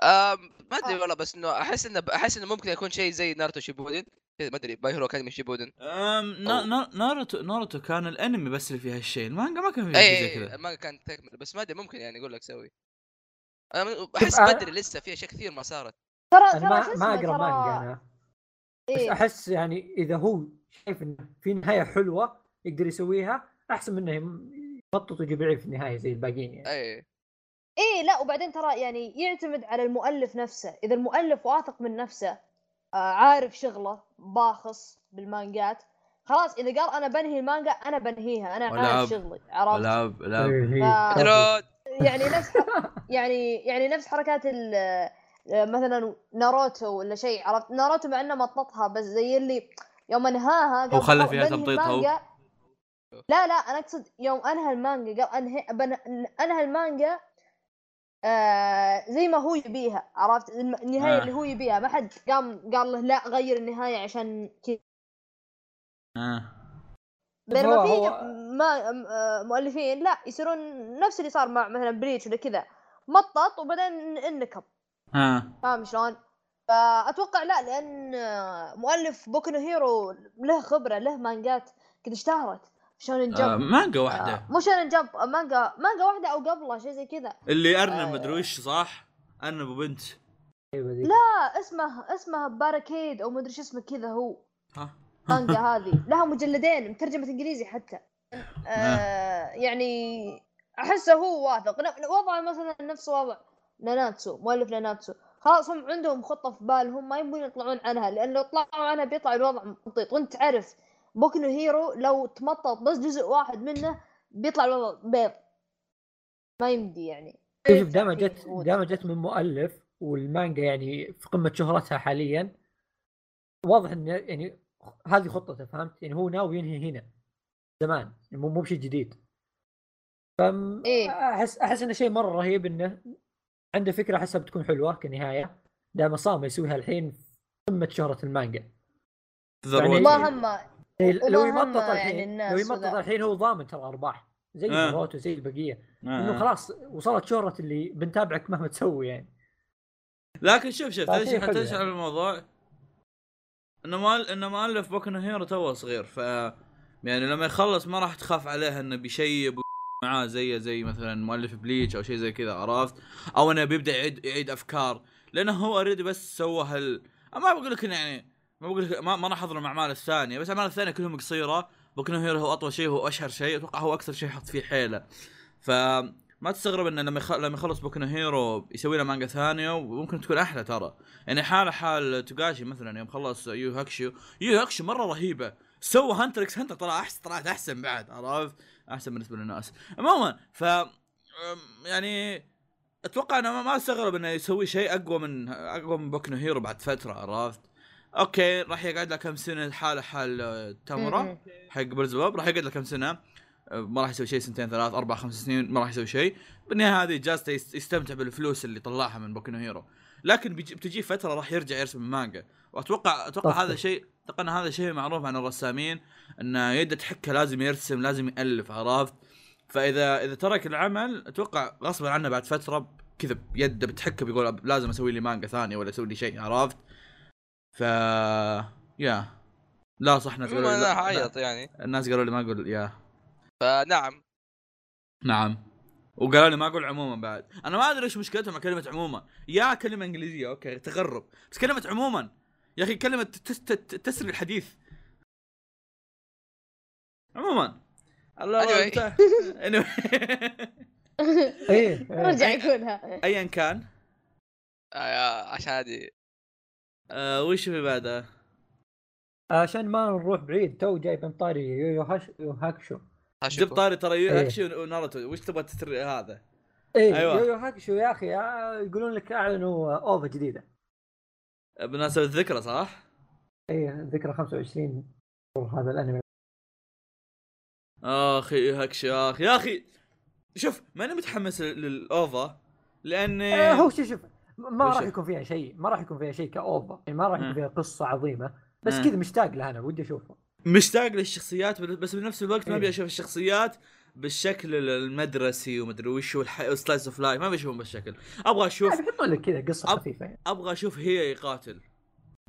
S1: أم، ما ادري والله بس انه احس انه احس انه ممكن يكون شيء زي ناruto شيبودن كذا ما ادري باي هيرو اكاديمي شيبودن
S2: أم، نا- نا- ناروتو ناروتو كان الانمي بس اللي فيه هالشيء المانجا ما كان فيها شيء زي
S1: اي
S2: كذا
S1: إيه، ما كانت تكمل بس ما ادري ممكن يعني اقول لك سوي انا من-
S2: طيب،
S1: احس
S2: آه،
S4: أنا-
S1: ما ادري لسه في اشياء كثير ما صارت
S3: ترى
S4: انا
S3: ترى
S4: ما ما اقرا مانجا
S3: مانجا
S4: انا بس
S3: إيه.
S4: احس يعني اذا هو شايف انه في نهايه حلوه يقدر يسويها احسن منه يمطط ويجيب العيد في النهايه زي الباقيين يعني
S1: اي
S3: ايه لا وبعدين ترى يعني يعتمد على المؤلف نفسه اذا المؤلف واثق من نفسه آه، عارف شغله باخص بالمانجات خلاص اذا قال انا بنهي المانجا انا بنهيها انا
S2: والعاب-
S3: عارف شغلي عرفت
S2: العاب العاب آه.
S4: إيه، إيه.
S1: درود
S2: طيب،
S3: يعني نفس ح- يعني يعني نفس حركات ال مثلا ناروتو ولا شيء عرفت ناروتو مع انه مططها بس زي اللي يوم انهاها قال
S2: هو خلى
S3: خلاص
S2: فيها
S3: بنهي
S2: تمطيط هو.
S3: المانجا. لا لا انا اقصد يوم انهى المانجا قال انهي بن- انهى المانجا آه زي ما هو يبيها عرفت الم- النهايه
S2: آه.
S3: آه. اللي هو يبيها ما حد قام قال له لا غير النهايه عشان كذا
S2: آه.
S3: بينما
S4: طيب هو-
S3: في
S4: هو-
S3: ما م- آه، مؤلفين لا يصيرون نفس اللي صار مع مثلا بريتش ولا كذا مطط وبعدين انكب
S2: آه.
S3: فاهم شلون؟ فاتوقع لا لان آه، مؤلف بوكو هيرو له خبره له مانجات قد اشتهرت شونن
S2: آه.
S3: جمب
S2: مانجا
S3: آه،
S2: واحده
S3: مو شونن جمب آه، مانجا مانجا واحده او قبلها شيء زي كذا
S2: اللي ارنب
S3: آه.
S2: مدري وش صح ارنب وبنت
S4: أيوة ذي.
S3: لا اسمه اسمه باركيد او مدري شو اسمه كذا هو
S2: ها
S3: مانجا هذه لها مجلدين مترجمه انجليزي حتى آه يعني احسه هو واثق ن- وضعه مثلا نفس وضع ناناتسو مؤلف ناناتسو خلاص هم عندهم خطه في بالهم ما يبون يطلعون عنها لان لو طلعوا عنها بيطلع الوضع مطيط وانت تعرف بوكنو هيرو لو تمطط بس جزء واحد منه بيطلع الوضع بيض ما يمدي يعني
S4: شوف دام
S3: فيه
S4: جت
S3: مجهود.
S4: دام جت من مؤلف والمانجا يعني في قمه شهرتها حاليا واضح انه يعني هذه خطته فهمت؟ يعني هو ناوي ينهي هنا زمان يعني مو مو بشيء جديد. فم
S3: إيه.
S4: احس احس انه شيء مره رهيب انه عنده فكره احسها بتكون حلوه كنهايه دام صام يسويها الحين في قمه شهره المانجا.
S2: تذر
S4: يعني
S2: وجهي.
S3: ما همه
S4: يعني
S3: وما
S4: لو
S3: هم
S4: يمطط
S3: يعني
S4: الحين
S3: الناس
S4: لو يمطط
S3: وذا.
S4: الحين هو ضامن ترى ارباح زي
S2: آه.
S4: ناروتو زي البقيه انه
S2: آه.
S4: خلاص وصلت شهره اللي بنتابعك مهما تسوي يعني.
S2: لكن شوف شوف
S4: فشي
S2: تدري
S4: حلو
S2: حتى
S4: يعني.
S2: على الموضوع انه مال انه مالف بوكو نو هيرو توه صغير ف يعني لما يخلص ما راح تخاف عليه انه بيشيب و- معاه زيه زي مثلا مؤلف بليتش او شيء زي كذا عرفت؟ او انه بيبدا يعيد يعيد افكار لانه هو اوريدي بس سوى هال ما بقول لك إنه يعني ما بقول لك ما, ما راح اظلم اعماله الثانيه بس اعماله الثانيه كلهم قصيره بوكو نو هيرو هو اطول شيء هو اشهر شيء اتوقع هو اكثر شيء حط فيه حيله ف ما تستغرب انه لما يخ- لما يخلص بوكو نو هيرو يسوي له مانجا ثانيه وممكن تكون احلى ترى يعني حاله حال توغاشي مثلا يوم خلص يو هاكشو يو هاكشو مره رهيبه سوى هانتر اكس هانتر طلع احسن طلعت احسن بعد عرفت احسن بالنسبه للناس عموما ف أم، يعني اتوقع انا ما- ما استغرب انه يسوي شيء اقوى من اقوى من بوكو نو هيرو بعد فتره عرفت اوكي راح يقعد له كم سنه حاله حال آه، تامورا
S3: م- م.
S2: حق بيرزباب راح يقعد له كم سنه أه، ما راح يسوي شيء سنتين ثلاث اربع خمس سنين ما راح يسوي شيء بالنهايه هذه جالسه يست- يستمتع بالفلوس اللي طلعها من بوكو نو هيرو لكن بيجي بتجي فتره راح يرجع يرسم المانجا واتوقع اتوقع
S4: طبعاً.
S2: هذا شيء اتوقع ان هذا شيء معروف عن الرسامين ان يده تحكه لازم يرسم لازم يالف عرفت فاذا اذا ترك العمل اتوقع غصبا عنه بعد فتره ب- كذا بيده بتحكه بيقول أب- لازم اسوي لي مانجا ثانيه ولا اسوي لي شيء عرفت ف يا لا صح ناس
S1: عموما
S2: قالوا لي
S1: انا
S2: طيب، لا- لا-
S1: حعيط يعني
S2: الناس قالوا لي ما اقول يا
S1: فنعم
S2: نعم وقالوا لي ما اقول عموما بعد انا ما ادري ايش مشكلتهم مع كلمه عموما يا كلمه انجليزيه اوكي تغرب بس كلمه عموما يا اخي كلمه تس- تس- تسري الحديث عموما الله
S1: Anyway.
S2: المستعان. Anyway.
S4: ايه إيه.
S3: ارجع يقولها
S2: ايا كان
S1: آه، يا- عشان هذه
S2: آه وش في بعده؟
S4: عشان ما نروح بعيد تو جاي بن طاري يو هاش- يو هاكشو
S1: هاشيكو.
S2: جبت طاري ترى يو
S4: إيه.
S2: اكشن وناروتو وش تبغى تسري هذا؟
S4: ايه
S2: أيوة.
S4: أيوة. يو يو هاكشو يا اخي آه، يقولون لك اعلنوا آه، اوفا جديده
S2: بمناسبه الذكرى صح؟
S4: ايه ذكرى 25 هذا الانمي
S2: اخي يو هاكشو يا اخي يا اخي شوف ماني متحمس لل- للاوفا لاني
S4: آه، هو شوف شوف ما
S2: إيه. وش-
S4: راح يكون فيها شيء ما راح يكون فيها شيء كاوفا يعني ما راح
S2: مم.
S4: يكون فيها قصه عظيمه بس
S2: مم.
S4: كذا مشتاق لها انا ودي اشوفه
S2: مشتاق للشخصيات بل- بس بنفس الوقت ما
S4: إيه.
S2: ابي اشوف الشخصيات بالشكل ال- المدرسي ومدري وش والسلايس اوف لايف ما ابي اشوفهم بالشكل ابغى اشوف
S4: يعني بيحطون لك كذا قصه
S2: أب-
S4: خفيفه يعني
S2: ابغى اشوف هي يقاتل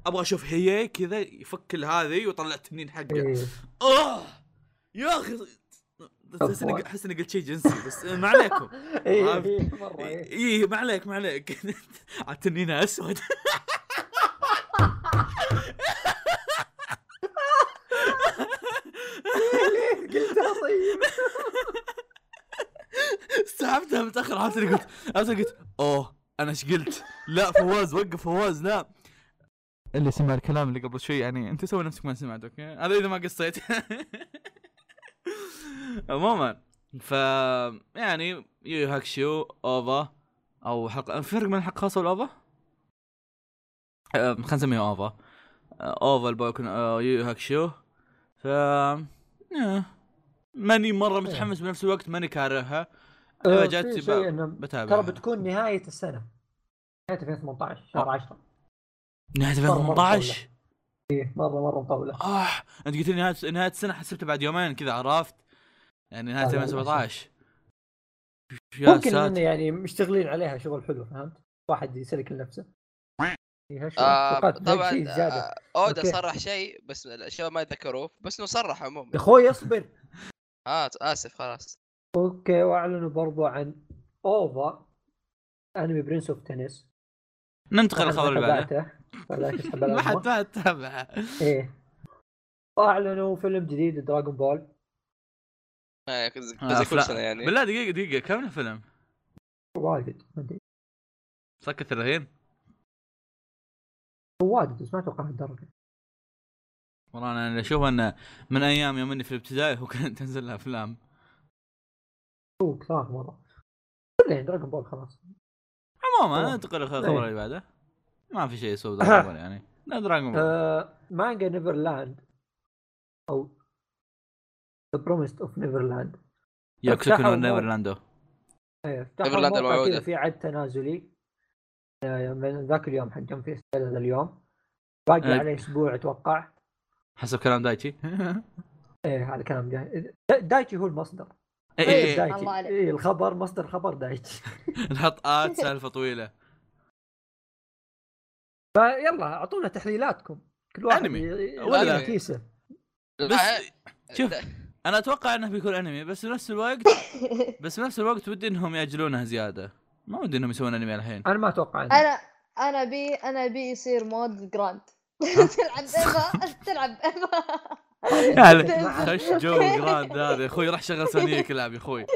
S2: ابغى اشوف هي كذا يفك هذه ويطلع التنين حقه
S4: إيه.
S2: اه يا اخي احس اني احس اني قلت شيء جنسي بس ما عليكم
S4: إيه،
S2: عرفت؟
S4: إيه، مرة إيه.
S2: اي ما عليك ما عليك عاد تنينه اسود
S4: ليه قلتها طيب
S2: سحبتها متاخر عرفت اللي قلت عرفت اللي قلت اوه انا ايش قلت؟ لا فواز وقف فواز لا اللي سمع الكلام اللي قبل شوي يعني انت سوي نفسك ما سمعت اوكي؟ هذا اذا ما قصيت عموما ف يعني يو هاكشو اوفا او حلقه الفرق بين الحلقه الخاصه والاوفا؟ أم، خلينا نسميها اوفا أه، اوفا البايكون يو هاكشو ف آه، ماني مره متحمس بنفس الوقت ماني كارهها إذا جت
S4: في
S2: ب-
S4: شيء إنه
S2: بتابع
S4: ترى بتكون نهايه السنه نهايه 2018 شهر 10
S2: نهايه
S4: مرة- مرة
S2: 2018
S4: إيه، مره مره مطوله
S2: اه انت قلت لي نهايه نهايه السنه حسبتها بعد يومين كذا عرفت يعني نهايه
S4: لا، لا،
S2: 2017 يا
S4: ممكن انه
S2: ساتر
S4: يعني مشتغلين عليها شغل حلو فهمت؟ واحد يسلك لنفسه إيه، هالشيء.
S1: آه،
S4: توقعت
S2: طيب
S4: بيجي
S1: طبعا
S4: شيء زيادة.
S1: آه، اودا
S4: أوكي.
S1: صرح شيء بس الشباب ما يتذكروه بس انه صرح عموما
S4: يا اخوي اصبر
S1: اه اسف خلاص
S4: اوكي واعلنوا برضو عن اوفا انمي برنس اوف تنس
S2: ننتقل للخبر اللي بعده
S4: ولا تسحب
S2: ما حد ما حد
S4: على
S2: تابعه
S4: ايه واعلنوا فيلم جديد دراغون بول
S1: آه، زي
S2: آه،
S1: زي كل
S2: أفلام.
S1: سنه يعني
S2: بالله دقيقه دقيقه كم الفيلم؟
S4: واجد ما ادري
S2: سكة 30
S4: هو واجد بس ما اتوقع هالدرجه
S2: والله انا اللي اشوفه انه من ايام يوم اني في الابتدائي وكانت تنزل لها افلام
S4: هو كثار مره كله يعني دراغون بول خلاص
S2: عموما
S4: طبعاً.
S2: ننتقل للخبر
S4: إيه.
S2: اللي بعده ما في شيء يسوى دراجون بول يعني لا دراجون بول
S4: آه، مانجا نيفرلاند او ذا بروميست اوف نيفرلاند
S2: يوكسكو
S4: افتحوا
S2: نو
S4: مو-
S2: نيفرلاندو
S4: إيه،
S1: نيفرلاند الموعودة.
S4: في عد تنازلي آه، من ذاك اليوم حق جم فيست هذا اليوم باقي
S2: آه.
S4: عليه اسبوع اتوقع
S2: حسب كلام دايتشي
S4: ايه هذا كلام جاي دا- دايتشي هو المصدر
S2: إيه،
S3: إيه،
S2: إيه.
S4: دايتشي
S3: الله عليك.
S4: ايه الخبر مصدر خبر دايتشي
S2: نحط ات سالفه طويله
S4: فيلا اعطونا تحليلاتكم كل واحد
S2: أنمي.
S4: ي-
S2: ولا
S4: يلعب
S1: لا.
S4: كيسه
S2: بس
S1: آه،
S2: شوف.
S1: لا،
S2: انا اتوقع انه بيكون انمي بس بنفس الوقت بس بنفس الوقت ودي انهم ياجلونها زياده ما ودي انهم يسوون انمي الحين
S4: انا ما اتوقع أنمي.
S3: انا انا بي انا بي يصير مود جراند تلعب ايفا تلعب ايفا
S2: يا هلا.
S4: مع-
S2: خش جو جراند هذا يا اخوي راح شغل سونيك العب يا اخوي
S3: ايه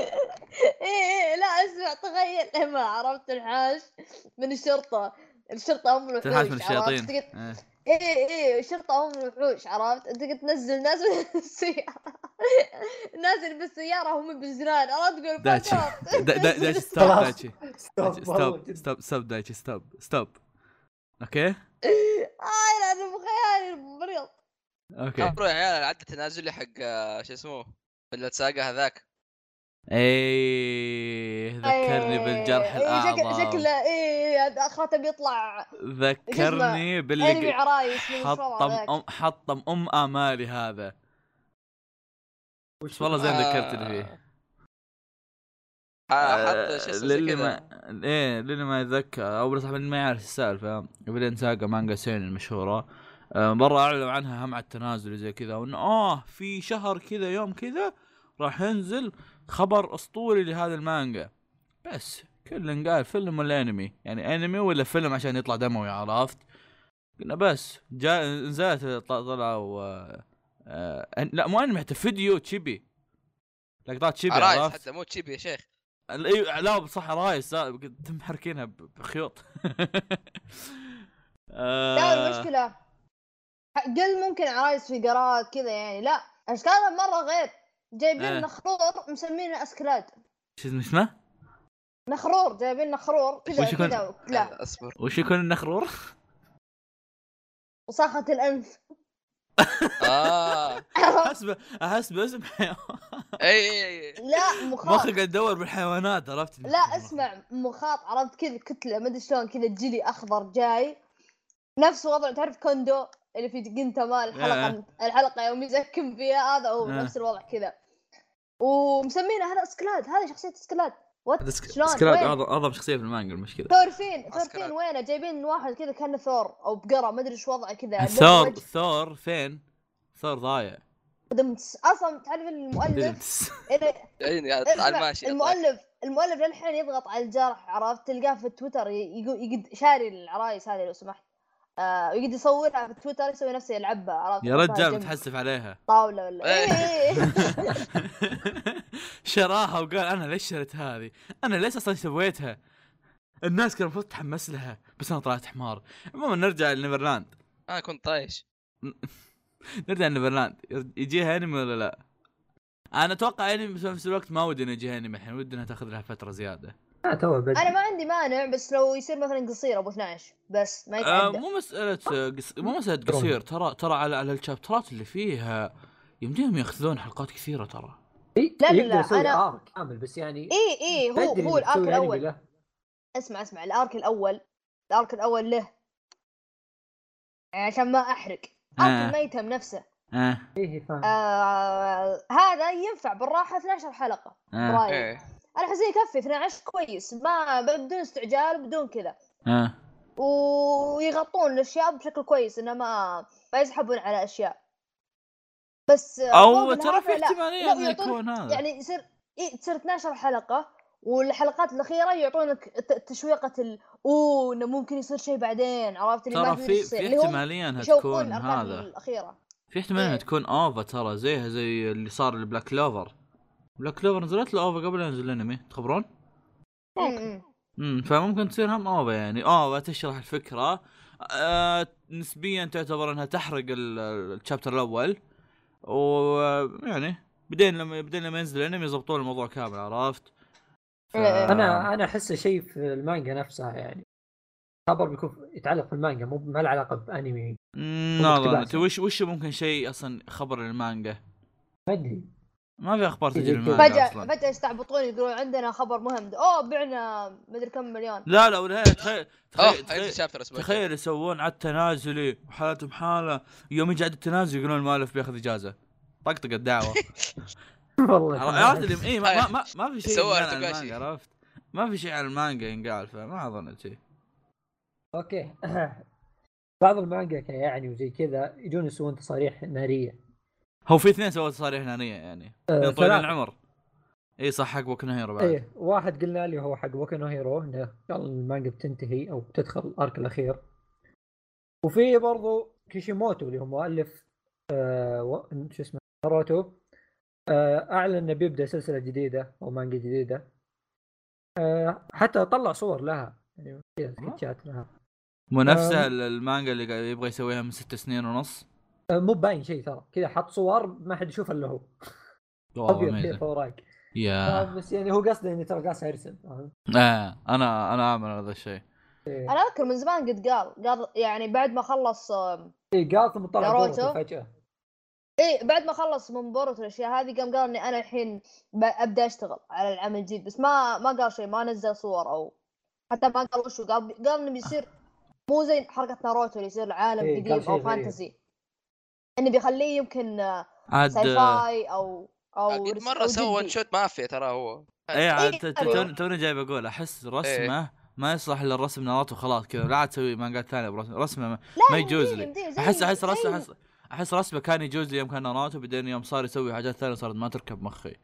S3: ايه لا اسمع تخيل ما عرفت الحاش من الشرطه الشرطه هم الوحوش
S2: تنحاش من
S3: عرفت؟
S2: الشياطين
S3: تقعد-
S2: إيه.
S3: ايه ايه الشرطه هم الوحوش عرفت انت قلت تنزل ناس من السياره نازل بالسياره هم بالجنان عرفت تقول
S2: دايتشي
S3: فجر.
S2: دا- دا- دايتشي ستوب
S4: خلاص.
S2: دايتشي
S4: ستوب، والله
S2: ستوب
S4: جد.
S2: ستوب ستوب دايتشي ستوب ستوب اوكي
S3: آه لا انا بخيالي المريض
S2: اوكي
S1: خبروا يا عيال العد التنازلي حق آه، شو اسمه اللي تساقه هذاك
S2: ايه ذكرني
S3: إيه،
S2: بالجرح
S3: إيه، شك-
S2: الاعظم
S3: شكله ايه إيه، خاطر بيطلع
S2: ذكرني
S3: انمي
S2: باللي ق-
S3: عرايس من
S2: حطم ام حطم ام امالي هذا
S4: وش-
S2: والله زين
S1: آه.
S2: ذكرتني فيه
S1: آه، حط شو اسمه زي
S2: للي
S1: كذا
S2: ما ايه للي ما يتذكر او صح ما يعرف السالفه بعدين ساقا مانجا سين المشهوره آه، مره اعلنوا عنها هم على التنازل زي كذا وانه اه في شهر كذا يوم كذا راح ينزل خبر اسطوري لهذا المانجا بس كل قال فيلم ولا انمي يعني انمي ولا فيلم عشان يطلع دموي عرفت قلنا بس جاء نزلت طلع- طلعوا آه، آه، أن- لا مو انمي حتى فيديو تشيبي لقطات تشيبي
S1: عرايس
S2: عرفت
S1: آه، حتى مو تشيب يا شيخ
S2: ايوه لا صح رايس لا، تم محركينها ب- بخيوط
S3: لا
S2: آه،
S3: المشكلة قل ممكن عرايس في قرارات كذا يعني لا اشكالها مرة غير جايبين
S2: إيه.
S3: لنا خرور مسمينه اسكلاد
S2: شو اسمه- اسمه؟
S3: نخرور جايبين لنا خرور
S2: وش
S3: كذا
S2: يكون؟
S3: كذا وكلاب
S1: اصبر
S2: وش يكون النخرور؟
S3: وصاخة الانف
S1: اه
S2: احسبه احسبه اسم حيوان
S1: اي اي اي
S3: لا
S2: مخي
S3: مخاط
S2: قاعد يدور بالحيوانات عرفت
S3: لا اسمع مخاط عرفت كذا كتلة ما ادري شلون كذا جلي اخضر جاي نفس وضع تعرف كوندو اللي في جنتاما الحلقة الحلقة يوم يزكم فيها هذا هو
S2: إيه.
S3: نفس الوضع كذا ومسمينه هذا اسكلاد هذا شخصية اسكلاد وات
S2: هذا سك-
S3: شلون
S2: سكراد
S3: وين
S2: أعظم- اعظم شخصيه في المانجا المشكله
S3: ثورفين
S1: آه،
S3: ثورفين
S1: سكراد.
S3: وينه جايبين واحد كذا كانه ثور او بقره ما ادري ايش وضعه كذا
S2: ثور
S3: وجه-
S2: ثور فين؟ ثور ضايع
S3: دمتس. اصلا تعرف المؤلف
S2: دلمس.
S3: إنه-
S1: يعني على
S3: اسمع،
S1: على الماشي
S3: المؤلف المؤلف للحين يضغط على الجرح عرفت تلقاه في تويتر ي- يقو- يقد شاري العرايس هذه لو سمحت آه يقعد يصورها في تويتر يسوي نفسه يلعبها عرفت
S2: يا
S3: يحطها
S2: رجال
S3: جنب
S2: متحسف عليها
S3: طاوله ولا
S1: إيه.
S3: إيه، إيه، إيه.
S2: شراها وقال انا ليش شريت هذه؟ انا ليش اصلا سويتها؟ الناس كانوا المفروض تتحمس لها بس انا طلعت حمار عموما نرجع لنيفرلاند
S1: انا كنت طايش
S2: نرجع لنيفرلاند يجيها انمي ولا لا؟ انا اتوقع انمي بس في نفس الوقت ما ودي انه يجيها انمي الحين ودي انها تاخذ لها فتره زياده
S4: لا تو بدي
S3: انا ما عندي مانع بس لو يصير مثلا قصير ابو 12 بس ما
S2: آه
S3: يتعدى
S2: مو مساله آه، قص- مو مساله قصير ترى ترى على على الشابترات اللي فيها يمديهم ياخذون حلقات كثيره ترى
S3: لا، لا،
S4: يقدر يسوي
S3: أنا-
S4: ارك كامل بس يعني
S3: اي اي إيه، هو
S4: بدري
S3: هو
S4: إنك
S3: الارك
S4: تسوي أنمي
S3: الاول
S4: له.
S3: اسمع اسمع الارك الاول الارك الاول له عشان ما احرق
S2: آه.
S3: ارك ما يتم نفسه
S2: اه
S4: ايه فاهم
S3: آه هذا ينفع بالراحه 12 حلقه
S2: اه
S3: برايي
S1: ايه
S3: انا احس يكفي 12 كويس ما بدون استعجال بدون كذا
S2: اه
S3: ويغطون الاشياء بشكل كويس انه ما ما يسحبون على اشياء بس آه،
S2: او
S3: فوق
S2: ترى في
S3: هذا لا.
S2: احتماليه
S3: لا،
S2: انه
S3: يعطون-
S2: يكون هذا
S3: يعني يصير إيه تصير 12 حلقه والحلقات الاخيره يعطونك ت- تشويقه ال اوه انه ممكن يصير شيء بعدين عرفت اللي ما
S2: ترى
S3: تدري
S2: في
S3: إيش يصير.
S2: في
S3: اللي هم
S2: احتماليه انها
S3: يشوقون
S2: تكون
S3: الأركان
S2: هذا
S3: الاخيره
S2: في احتماليه انها
S3: إيه.
S2: تكون اوفا ترى زيها زي اللي صار لبلاك كلوفر بلاك كلوفر نزلت له اوفا قبل لا ينزل الانمي تخبرون؟
S3: ممكن
S2: امم فممكن تصير هم اوفا يعني اوفا تشرح الفكره آه نسبيا تعتبر انها تحرق ال- ال- الشابتر الاول ويعني بعدين لما بعدين لما ينزل الانمي يضبطون الموضوع كامل عرفت؟ ف-
S3: إيه.
S4: انا انا احس شيء في المانجا نفسها يعني خبر بيكون يتعلق بالمانجا مو ما له علاقه بانمي
S2: مم، نظرا
S4: اقتباس.
S2: انت وش وش ممكن شيء اصلا خبر المانجا؟
S4: ما ادري
S2: ما في اخبار تجي
S4: إيه.
S2: المانجا
S3: فجاه
S2: اصلا
S3: فجاه يستعبطون يقولون عندنا خبر مهم ده. اوه بعنا مدري كم مليون
S2: لا لا ولا هي تخيل
S1: اوه
S2: تخيل
S1: عندي
S2: تخيل,
S1: شابتر اسمه
S2: تخيل يسوون على التنازلي وحالتهم حاله يوم يجي عد التنازل يقولون المؤلف بياخذ اجازه طقطق الدعوه
S4: والله
S2: عرفت اللي اي ما, ما, ما, ما في شيء
S1: سووا
S2: ينقال عن
S1: ارتكاشي.
S2: المانجا عرفت ما في شيء عن المانجا ينقال فما اظن شيء
S4: اوكي بعض المانجا كان يعني وزي كذا يجون يسوون تصاريح ناريه
S2: هو في اثنين سووا تصاريح ناريه يعني يا طويل
S4: آه، ثلاثة.
S2: العمر اي صح حق وكنا هيرو بعد
S4: ايه واحد قلنا لي هو حق وكن هيرو انه يلا المانجا بتنتهي او بتدخل الارك الاخير وفي برضو كيشيموتو اللي هو مؤلف آه و- شو اسمه ناروتو آه اعلن انه بيبدا سلسله جديده او مانجا جديده آه حتى طلع صور لها يعني كذا سكتشات لها
S2: مو نفسها
S4: آه.
S2: ال- المانجا اللي قاعد يبغى يسويها من ست سنين ونص
S4: آه مو باين شيء ترى كذا حط صور ما حد يشوف الا هو
S2: والله
S4: ابيض كذا
S2: ميزة.
S4: فوراك
S2: يا
S4: بس يعني هو قصده اني ترى قاعد ارسم فاهم؟
S2: آه انا انا اعمل هذا الشيء
S4: إيه.
S3: انا اذكر من زمان قد قال قال يعني بعد ما خلص آم،
S4: ايه قال ثم طلع
S3: ناروتو؟
S4: بوروتو فجاه
S3: ايه بعد ما خلص من بورت والاشياء هذه قام قال اني انا الحين ب- ابدا اشتغل على العمل الجديد بس ما ما قال شيء ما نزل صور او حتى ما قال وشو قال قال انه بيصير مو زي حركه ناروتو اللي يصير عالم
S4: إيه،
S3: قديم
S4: قال شيء
S3: او
S4: غريب.
S3: فانتزي انه بيخليه يمكن آه،
S2: عاد
S3: ساي فاي او او
S1: قد
S3: رس-
S1: مره
S3: أو
S1: آه، سوى ون
S3: جدي.
S1: شوت مافيا ترى هو
S2: اي عاد
S3: إيه،
S2: ت- ت-
S3: أيوة.
S2: توني- توني جاي بقول احس رسمه ما يصلح الا الرسم ناروتو خلاص كذا لا عاد تسوي مانجات ثانيه برسم رسمه ما-
S3: لا،
S2: ما يجوز
S3: يمديه-
S2: لي.
S3: يمديه، زي-
S2: احس احس
S3: زي-
S2: رسمه احس احس رسمه كان يجوز لي يوم كان ناروتو بعدين يوم صار يسوي حاجات ثانيه صارت ما تركب مخي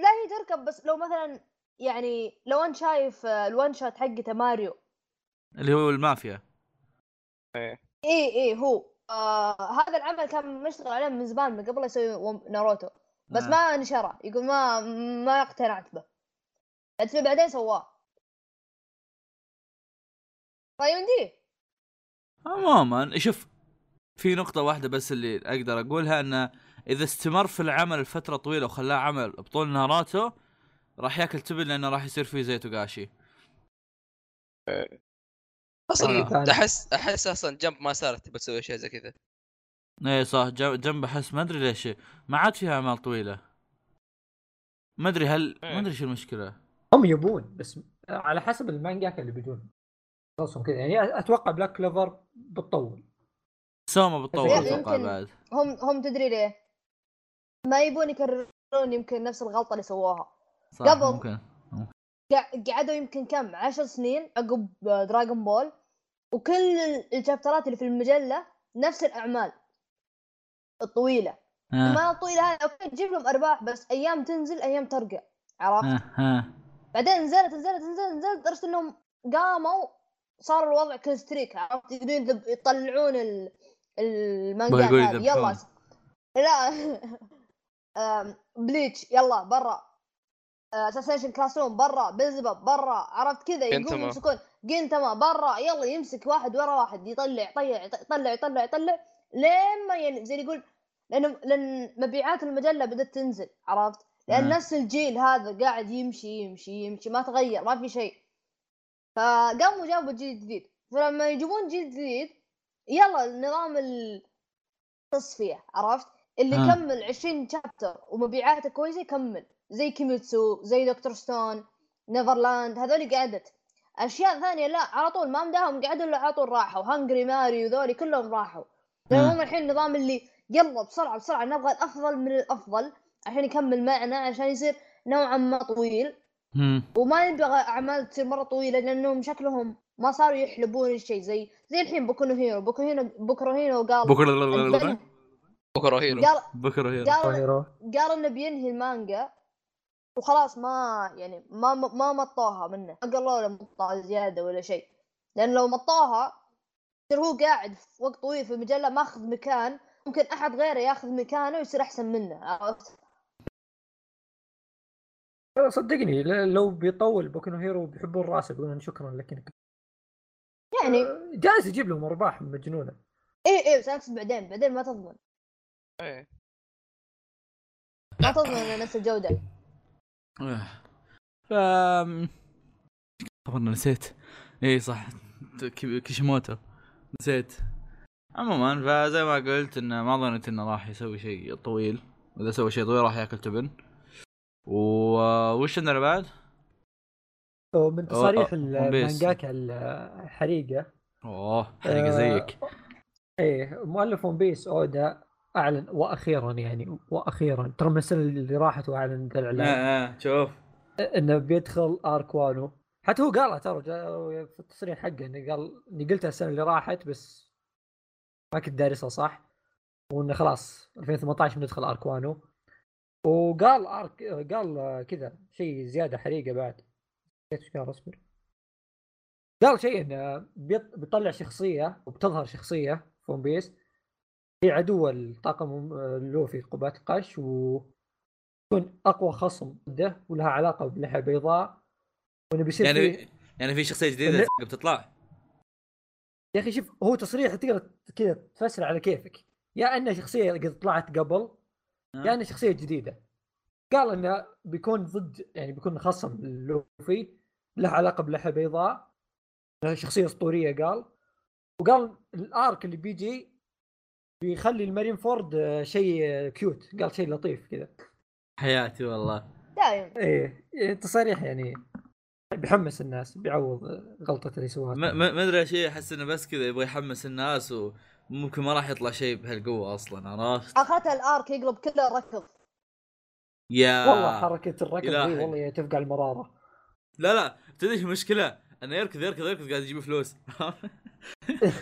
S3: لا هي تركب بس لو مثلا يعني لو انت شايف آه، الون شوت حقته ماريو
S2: اللي هو المافيا
S3: ايه ايه هو آه هذا العمل كان مشتغل عليه من زمان من قبل لا يسوي وم- ناروتو بس
S2: آه.
S3: ما نشره يقول ما ما اقتنعت به بس بعدين سواه طيب دي
S2: عموما شوف في نقطة واحدة بس اللي اقدر اقولها انه اذا استمر في العمل فترة طويلة وخلاه عمل بطول ناروتو راح ياكل تبن لانه راح يصير فيه زي توغاشي
S1: اصلا
S3: طيب.
S4: آه.
S1: احس احس اصلا جمب ما صارت بتسوي اشياء زي كذا
S2: ايه صح جم- جنب احس ما ادري ليش ما عاد فيها اعمال طويله ما ادري هل ما
S1: إيه.
S2: ادري شو المشكله
S4: هم يبون بس على حسب المانجاكا اللي بيجون خلصهم كذا يعني اتوقع بلاك كلوفر بتطول
S2: سوما بتطول
S3: يعني
S4: لا،
S2: اتوقع
S3: يمكن.
S2: بعد
S3: هم هم تدري ليه؟ ما يبون يكررون يمكن نفس الغلطه اللي سووها
S2: صح
S3: قبل.
S2: ممكن إيه،
S3: قع- قعدوا يمكن كم عشر سنين عقب دراغون بول وكل ال- الشابترات اللي في المجله نفس الاعمال الطويله
S2: ها
S3: ما الطويله هذه اوكي تجيب لهم ارباح بس ايام تنزل ايام ترقع عرفت
S2: ها ها
S3: بعدين نزلت نزلت نزلت نزلت لدرجه انهم قاموا صار الوضع كستريك عرفت يقدرون يذب- يطلعون ال- المانجات
S2: بقول
S3: هذه يلا
S2: يذبحون.
S3: س- لا آم، بليتش يلا برا اساسنشن كلاس روم برا بزبب برا عرفت كذا يقوم
S1: جنتما.
S3: يمسكون جنتما برا يلا يمسك واحد ورا واحد يطلع يطلع يطلع يطلع يطلع لين ما يعني زي اللي يقول لان لان مبيعات المجله بدات تنزل عرفت لان
S2: آه.
S3: نفس الجيل هذا قاعد يمشي يمشي يمشي ما تغير ما في شيء فقاموا جابوا جيل جديد فلما يجيبون جيل جديد يلا نظام التصفيه عرفت اللي
S2: آه.
S3: كمل 20 شابتر ومبيعاته كويسه يكمل زي كيميتسو زي دكتور ستون نيفرلاند هذول قعدت اشياء ثانيه لا على طول ما مداهم قعدوا الا على طول راحوا هانجري ماري وذولي كلهم راحوا لان
S2: آه.
S3: هم الحين نظام اللي يلا بسرعه بسرعه نبغى الافضل من الافضل عشان يكمل معنا عشان يصير نوعا ما طويل
S2: هم.
S3: وما نبغى اعمال تصير مره طويله لانهم شكلهم ما صاروا يحلبون الشيء زي زي الحين بوكو نو هيرو بوكو هيرو بوكو نو هيرو قال
S2: بكره
S1: بكره هيرو
S3: قال
S2: بكره هيرو
S3: قال
S4: هيرو
S3: قال انه بينهي المانجا وخلاص ما يعني ما ما مطوها منه ما قالوا له مطها زياده ولا شيء لان لو مطوها يصير هو قاعد في وقت طويل في المجله ماخذ مكان ممكن احد غيره ياخذ مكانه ويصير احسن منه عرفت
S4: صدقني ل- لو بيطول بوكو هيرو بيحبون راسه بيقولون شكرا لك انك
S3: يعني
S4: جالس يجيب لهم ارباح مجنونه
S3: اي اي بس اقصد بعدين بعدين ما تضمن
S1: إيه.
S3: ما تضمن إنه نفس الجوده
S2: آه. ف طبعا نسيت اي صح كي- كيشيموتو نسيت عموما فزي ما قلت انه ما ظنيت انه راح يسوي شيء طويل واذا سوى شيء طويل راح ياكل تبن و- وش عندنا بعد؟
S4: ومن تصاريح
S2: أو- ون بيس.
S4: المانجاكا الحريقه
S2: اوه حرقه زيك
S4: ايه مؤلف ون بيس اودا اعلن واخيرا يعني واخيرا ترى من السنه اللي راحت واعلن ذا الاعلان
S2: آه، آه، شوف
S4: انه بيدخل ارك وانو حتى هو قالها ترى جا- في التصريح حقه انه قال اني قلتها السنه اللي راحت بس ما كنت دارسها صح وانه خلاص 2018 بندخل ارك وانو وقال ارك قال كذا شيء زياده حريقه بعد نسيت ايش قال اصبر قال شيء انه بيط- بيطلع شخصيه وبتظهر شخصيه في ون بيس هي عدوه لطاقم لوفي قبعه القش و تكون اقوى خصم ضده ولها علاقه بلحى بيضاء وانه بيصير فيه-
S2: يعني يعني في شخصيه جديده
S4: اللي-
S2: بتطلع
S4: يا اخي شوف هو تصريح تقدر كذا تفسر على كيفك يا انه شخصيه قد طلعت قبل
S2: نعم.
S4: يا انه شخصيه جديده قال انه بيكون ضد يعني بيكون خصم لوفي له علاقه بلحى بيضاء له شخصيه اسطوريه قال وقال الارك اللي بيجي بيخلي المارين فورد آه، شيء آه، كيوت قال شيء لطيف كذا
S2: حياتي والله
S3: دايم
S4: ايه إيه، تصاريح يعني بيحمس الناس بيعوض آه، غلطه اللي سواها
S2: ما ما- ما ادري ايش هي، احس انه بس كذا يبغى يحمس الناس وممكن ما راح يطلع شيء بهالقوه اصلا عرفت؟
S3: اخرتها الارك يقلب كله ركض
S2: يا
S4: والله حركه الركض
S2: إلهي.
S4: دي والله تفقع المراره
S2: لا لا تدري ايش المشكله؟ انه يركض يركض يركض قاعد يجيب فلوس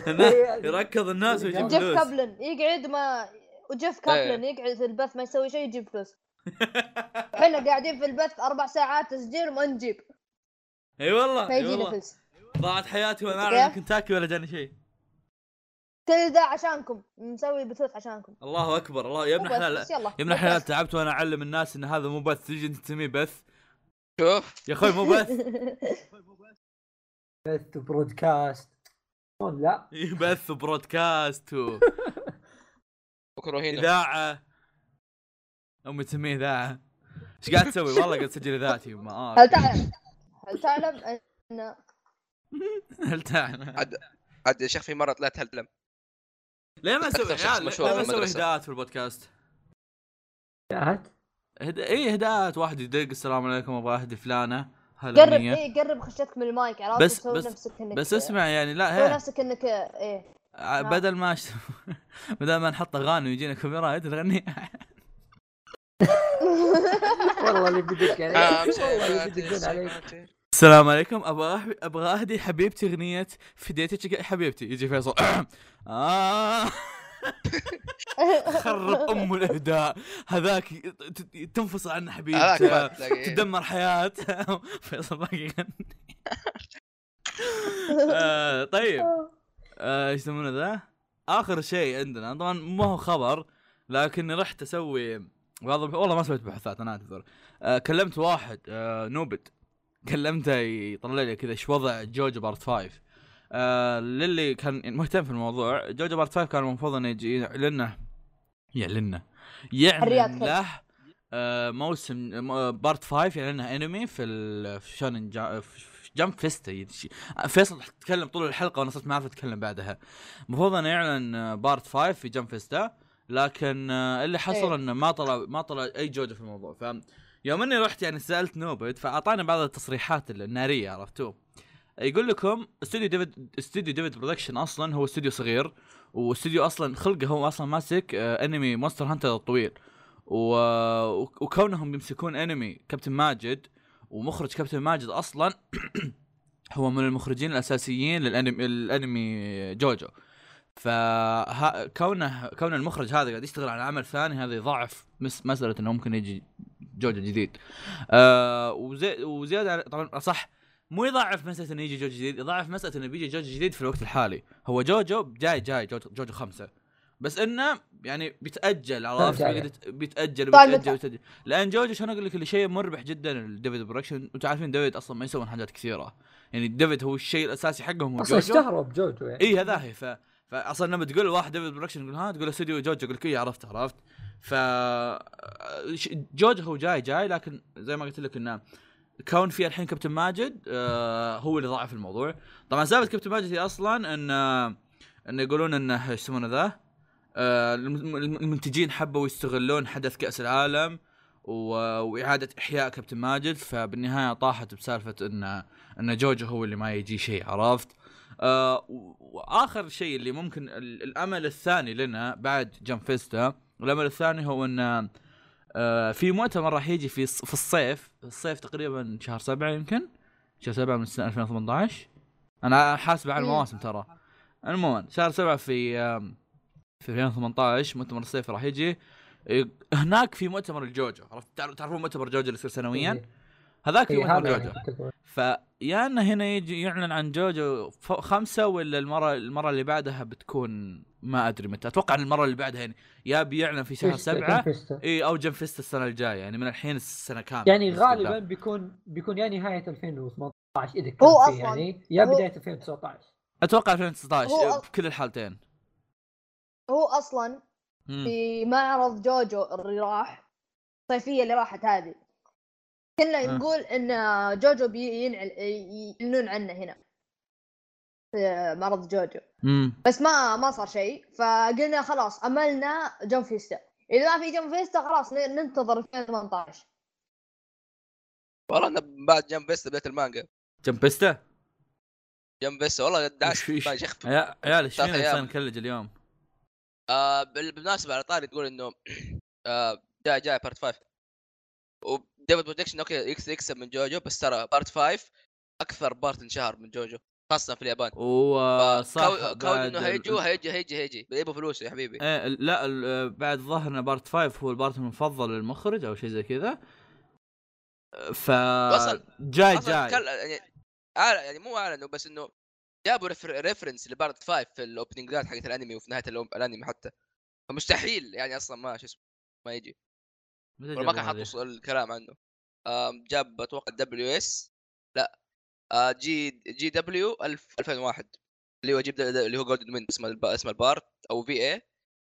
S2: انه
S4: إيه.
S2: يركض الناس ويجيب
S3: جيف
S2: فلوس إيه.
S3: كابلن يقعد ما وجيف كابلن يقعد في البث ما يسوي شيء يجيب فلوس احنا قاعدين في البث اربع ساعات تسجيل وما نجيب
S2: اي والله اي
S3: فيجينا
S2: والله
S3: فلوس
S2: ضاعت حياتي وانا
S3: أوكي.
S2: اعلن كنتاكي ولا جاني شيء
S3: كل ده عشانكم نسوي بثوث عشانكم
S2: الله اكبر الله يا ابن
S3: مو بث،
S2: الحلال
S3: بس يلا
S2: يا ابن الحلال
S3: بودكاست.
S2: تعبت وانا اعلم الناس ان هذا مو بث تجي أنت تسميه بث
S1: شوف
S2: يا اخوي مو بث
S4: بث برودكاست شلون لا
S2: بث برودكاست و...
S1: بكره هيرو
S2: اذاعه امي تسميه اذاعه ايش قاعد تسوي والله قاعد تسجل اذاعتي ما آه،
S3: هل
S2: أوكي.
S3: تعلم هل تعلم ان
S2: هل تعلم
S1: عاد شيخ في مره طلعت هالدلم
S2: ليه ما نسوي
S1: أكثر شخص
S2: عيال
S1: مشهور
S2: ليه ما نسوي
S1: بالمدرسة.
S2: اهداءات في البودكاست
S4: جاهد
S2: هد... اي اهداءات واحد يدق السلام عليكم ابغى اهدي فلانه هلا
S3: قرب
S2: منية.
S3: ايه قرب خشيتك من المايك عرفت
S2: بس-
S3: وتسوي
S2: بس-
S3: نفسك انك
S2: بس اسمع يعني لا
S3: تسوي
S2: هي
S3: نفسك انك ايه
S2: ع- بدل ما أشت... بدل ما نحط اغاني ويجينا كوبيرايت نغني
S4: والله اللي بدك يعني
S1: آه،
S4: والله اللي بدك عليك
S2: السلام عليكم ابغى أح- ابغى اهدي حبيبتي اغنيه فديتك يا حبيبتي يجي فيصل آه خرب ام الاهداء هذاك ت- ت- تنفصل عن
S1: هذاك
S2: حبيبته
S1: بعد تلاقيه.
S2: تدمر حياته فيصل باقي يغني. آه، طيب آه، ايش يسمونه ذا؟ اخر شيء عندنا طبعا ما هو خبر لكني رحت اسوي بعض الب- والله ما سويت بحثات انا اعتذر آه، كلمت واحد آه، نوبد كلمته يطلع لي كذا ايش وضع جوجو بارت 5 آه، للي كان مهتم في الموضوع جوجو بارت 5 كان المفروض انه يجي يعلنه يعلنه
S3: الرياض
S2: يعلن
S3: كيف؟
S2: له آه، موسم آه، بارت 5 يعلنها انمي في ال- في شونن جا- في جمب فيستا يد- شي- فيصل تكلم طول الحلقه وانا صرت ما اعرف اتكلم بعدها المفروض انه يعلن آه، بارت 5 في جمب فيستا لكن آه، اللي حصل
S3: إيه.
S2: انه ما طلع ما طلع اي جوجه في الموضوع ف يوم اني رحت يعني سالت نوبد فاعطاني بعض التصريحات الناريه عرفتوه يقول لكم استوديو ديفيد استوديو ديفيد برودكشن اصلا هو استوديو صغير واستوديو اصلا خلقه هو اصلا ماسك آه، انمي مونستر هانتر الطويل و... وكونهم يمسكون انمي كابتن ماجد ومخرج كابتن ماجد اصلا هو من المخرجين الاساسيين للانمي الانمي جوجو فكونه كون المخرج هذا قاعد يشتغل على عمل ثاني هذا يضاعف مس- مساله انه ممكن يجي جوجو جديد آه وزي وزياده على- طبعا صح مو يضاعف مساله انه يجي جوجو جديد يضاعف مساله انه بيجي جوجو جديد في الوقت الحالي هو جوجو جاي جاي جوجو, جوجو خمسه بس انه يعني بيتاجل عرفت
S4: جاي.
S2: بيقعد- بيتاجل
S3: طيب
S2: وبيتاجل وبيتاجل لان جوجو شلون اقول لك اللي شيء مربح جدا لديفيد برودكشن وانتم عارفين ديفيد اصلا ما يسوون حاجات كثيره يعني ديفيد هو الشيء الاساسي حقهم هو
S4: اصلا
S2: جوجو إيه،
S4: اشتهروا بجوجو يعني
S2: اي هذا هي ف... فاصلا لما تقول لواحد ديفيد برودكشن يقول ها تقول له استوديو جوجو يقول لك اي عرفت عرفت ف ش- جوجو هو جاي جاي لكن زي ما قلت لك انه كون في الحين كابتن ماجد آه هو اللي ضاعف الموضوع طبعا سالفه كابتن ماجد هي اصلا ان انه يقولون انه ايش يسمونه ذا آه، الم- الم- المنتجين حبوا يستغلون حدث كاس العالم و- واعاده احياء كابتن ماجد فبالنهايه طاحت بسالفه انه ان جوجو هو اللي ما يجي شيء عرفت آه، و- واخر شيء اللي ممكن ال- الامل الثاني لنا بعد جنفيستا الامل الثاني هو ان آه، في مؤتمر راح يجي في الص- في الصيف الصيف تقريبا شهر سبعة يمكن شهر سبعة من سنة 2018 انا حاسب على
S3: مم.
S2: المواسم ترى عموما شهر سبعة في آم، في 2018 مؤتمر الصيف راح يجي إيه، هناك في مؤتمر الجوجو عرفت تعرف- تعرفون مؤتمر جوجو اللي يصير سنويا هذاك في
S4: إي،
S2: مؤتمر
S4: إيه، هذا
S2: جوجو
S4: يعني تبغى.
S2: فيا انه هنا يجي يعلن عن جوجو ف- خمسه ولا المره المره اللي بعدها بتكون ما ادري متى اتوقع إن المره اللي بعدها يعني يا بيعلن في شهر إيه،
S4: فيستا،
S2: سبعه
S4: فيستا.
S2: اي او جنفست السنه الجايه يعني من الحين السنه كامله
S4: يعني
S2: بإذن الله.
S4: غالبا بيكون بيكون يعني يا نهايه 2018 اذا كان
S3: هو
S4: في
S3: أصلاً-
S4: يعني يا
S3: هو-
S4: بدايه 2019
S2: اتوقع 2019
S3: هو-
S2: إيه، بكل الحالتين
S3: هو اصلا
S2: مم.
S3: في معرض جوجو اللي راح الصيفية اللي راحت هذه كنا
S2: آه.
S3: نقول ان جوجو بينعل يعلنون عنه هنا في معرض جوجو
S2: مم.
S3: بس ما ما صار شيء فقلنا خلاص املنا جون فيستا اذا ما في جون فيستا خلاص ن- ننتظر 2018
S1: والله انا بعد جنب بس بديت المانجا
S2: جنبستا
S1: جنب بس والله دعست
S2: وش- وش-
S1: ما شيخ
S2: يا عيال ايش
S1: ثلاث
S2: فينا
S1: أيام.
S2: الانسان كلج اليوم
S1: آه بال- بالمناسبه على طاري تقول انه آه جاي جاي بارت 5 وديفيد برودكشن اوكي يكس- يكسب من جوجو بس ترى بارت 5 اكثر بارت انشهر من جوجو خاصه في اليابان
S2: وصح
S1: كو- كون
S2: آه، بعد
S1: انه
S2: ال-
S1: هيجوا آه، هيجي هيجي هيجي بيبوا فلوس يا حبيبي
S2: ايه ال- لا ال- آه، بعد ظهر ان بارت 5 هو البارت المفضل للمخرج او شيء زي كذا آه، ف
S1: وصل-
S2: جاي
S1: اصلا
S2: جاي
S1: كل... يعني أعلن- يعني مو اعلنوا بس انه جابوا ريفر... ريفرنس لبارت 5 في الاوبننجات حقت الانمي وفي نهايه الأوب- الانمي حتى فمستحيل يعني اصلا ما شو اسمه ما يجي
S2: متى
S1: ولا ما
S2: جابوا
S1: كان
S2: هذه؟
S1: حاطوا الكلام عنه آم، جاب اتوقع دبليو اس لا آه، جي جي دبليو 2001 اللي هو جيب د- اللي هو جولدن ويند اسمه الب... اسمه البارت او في اي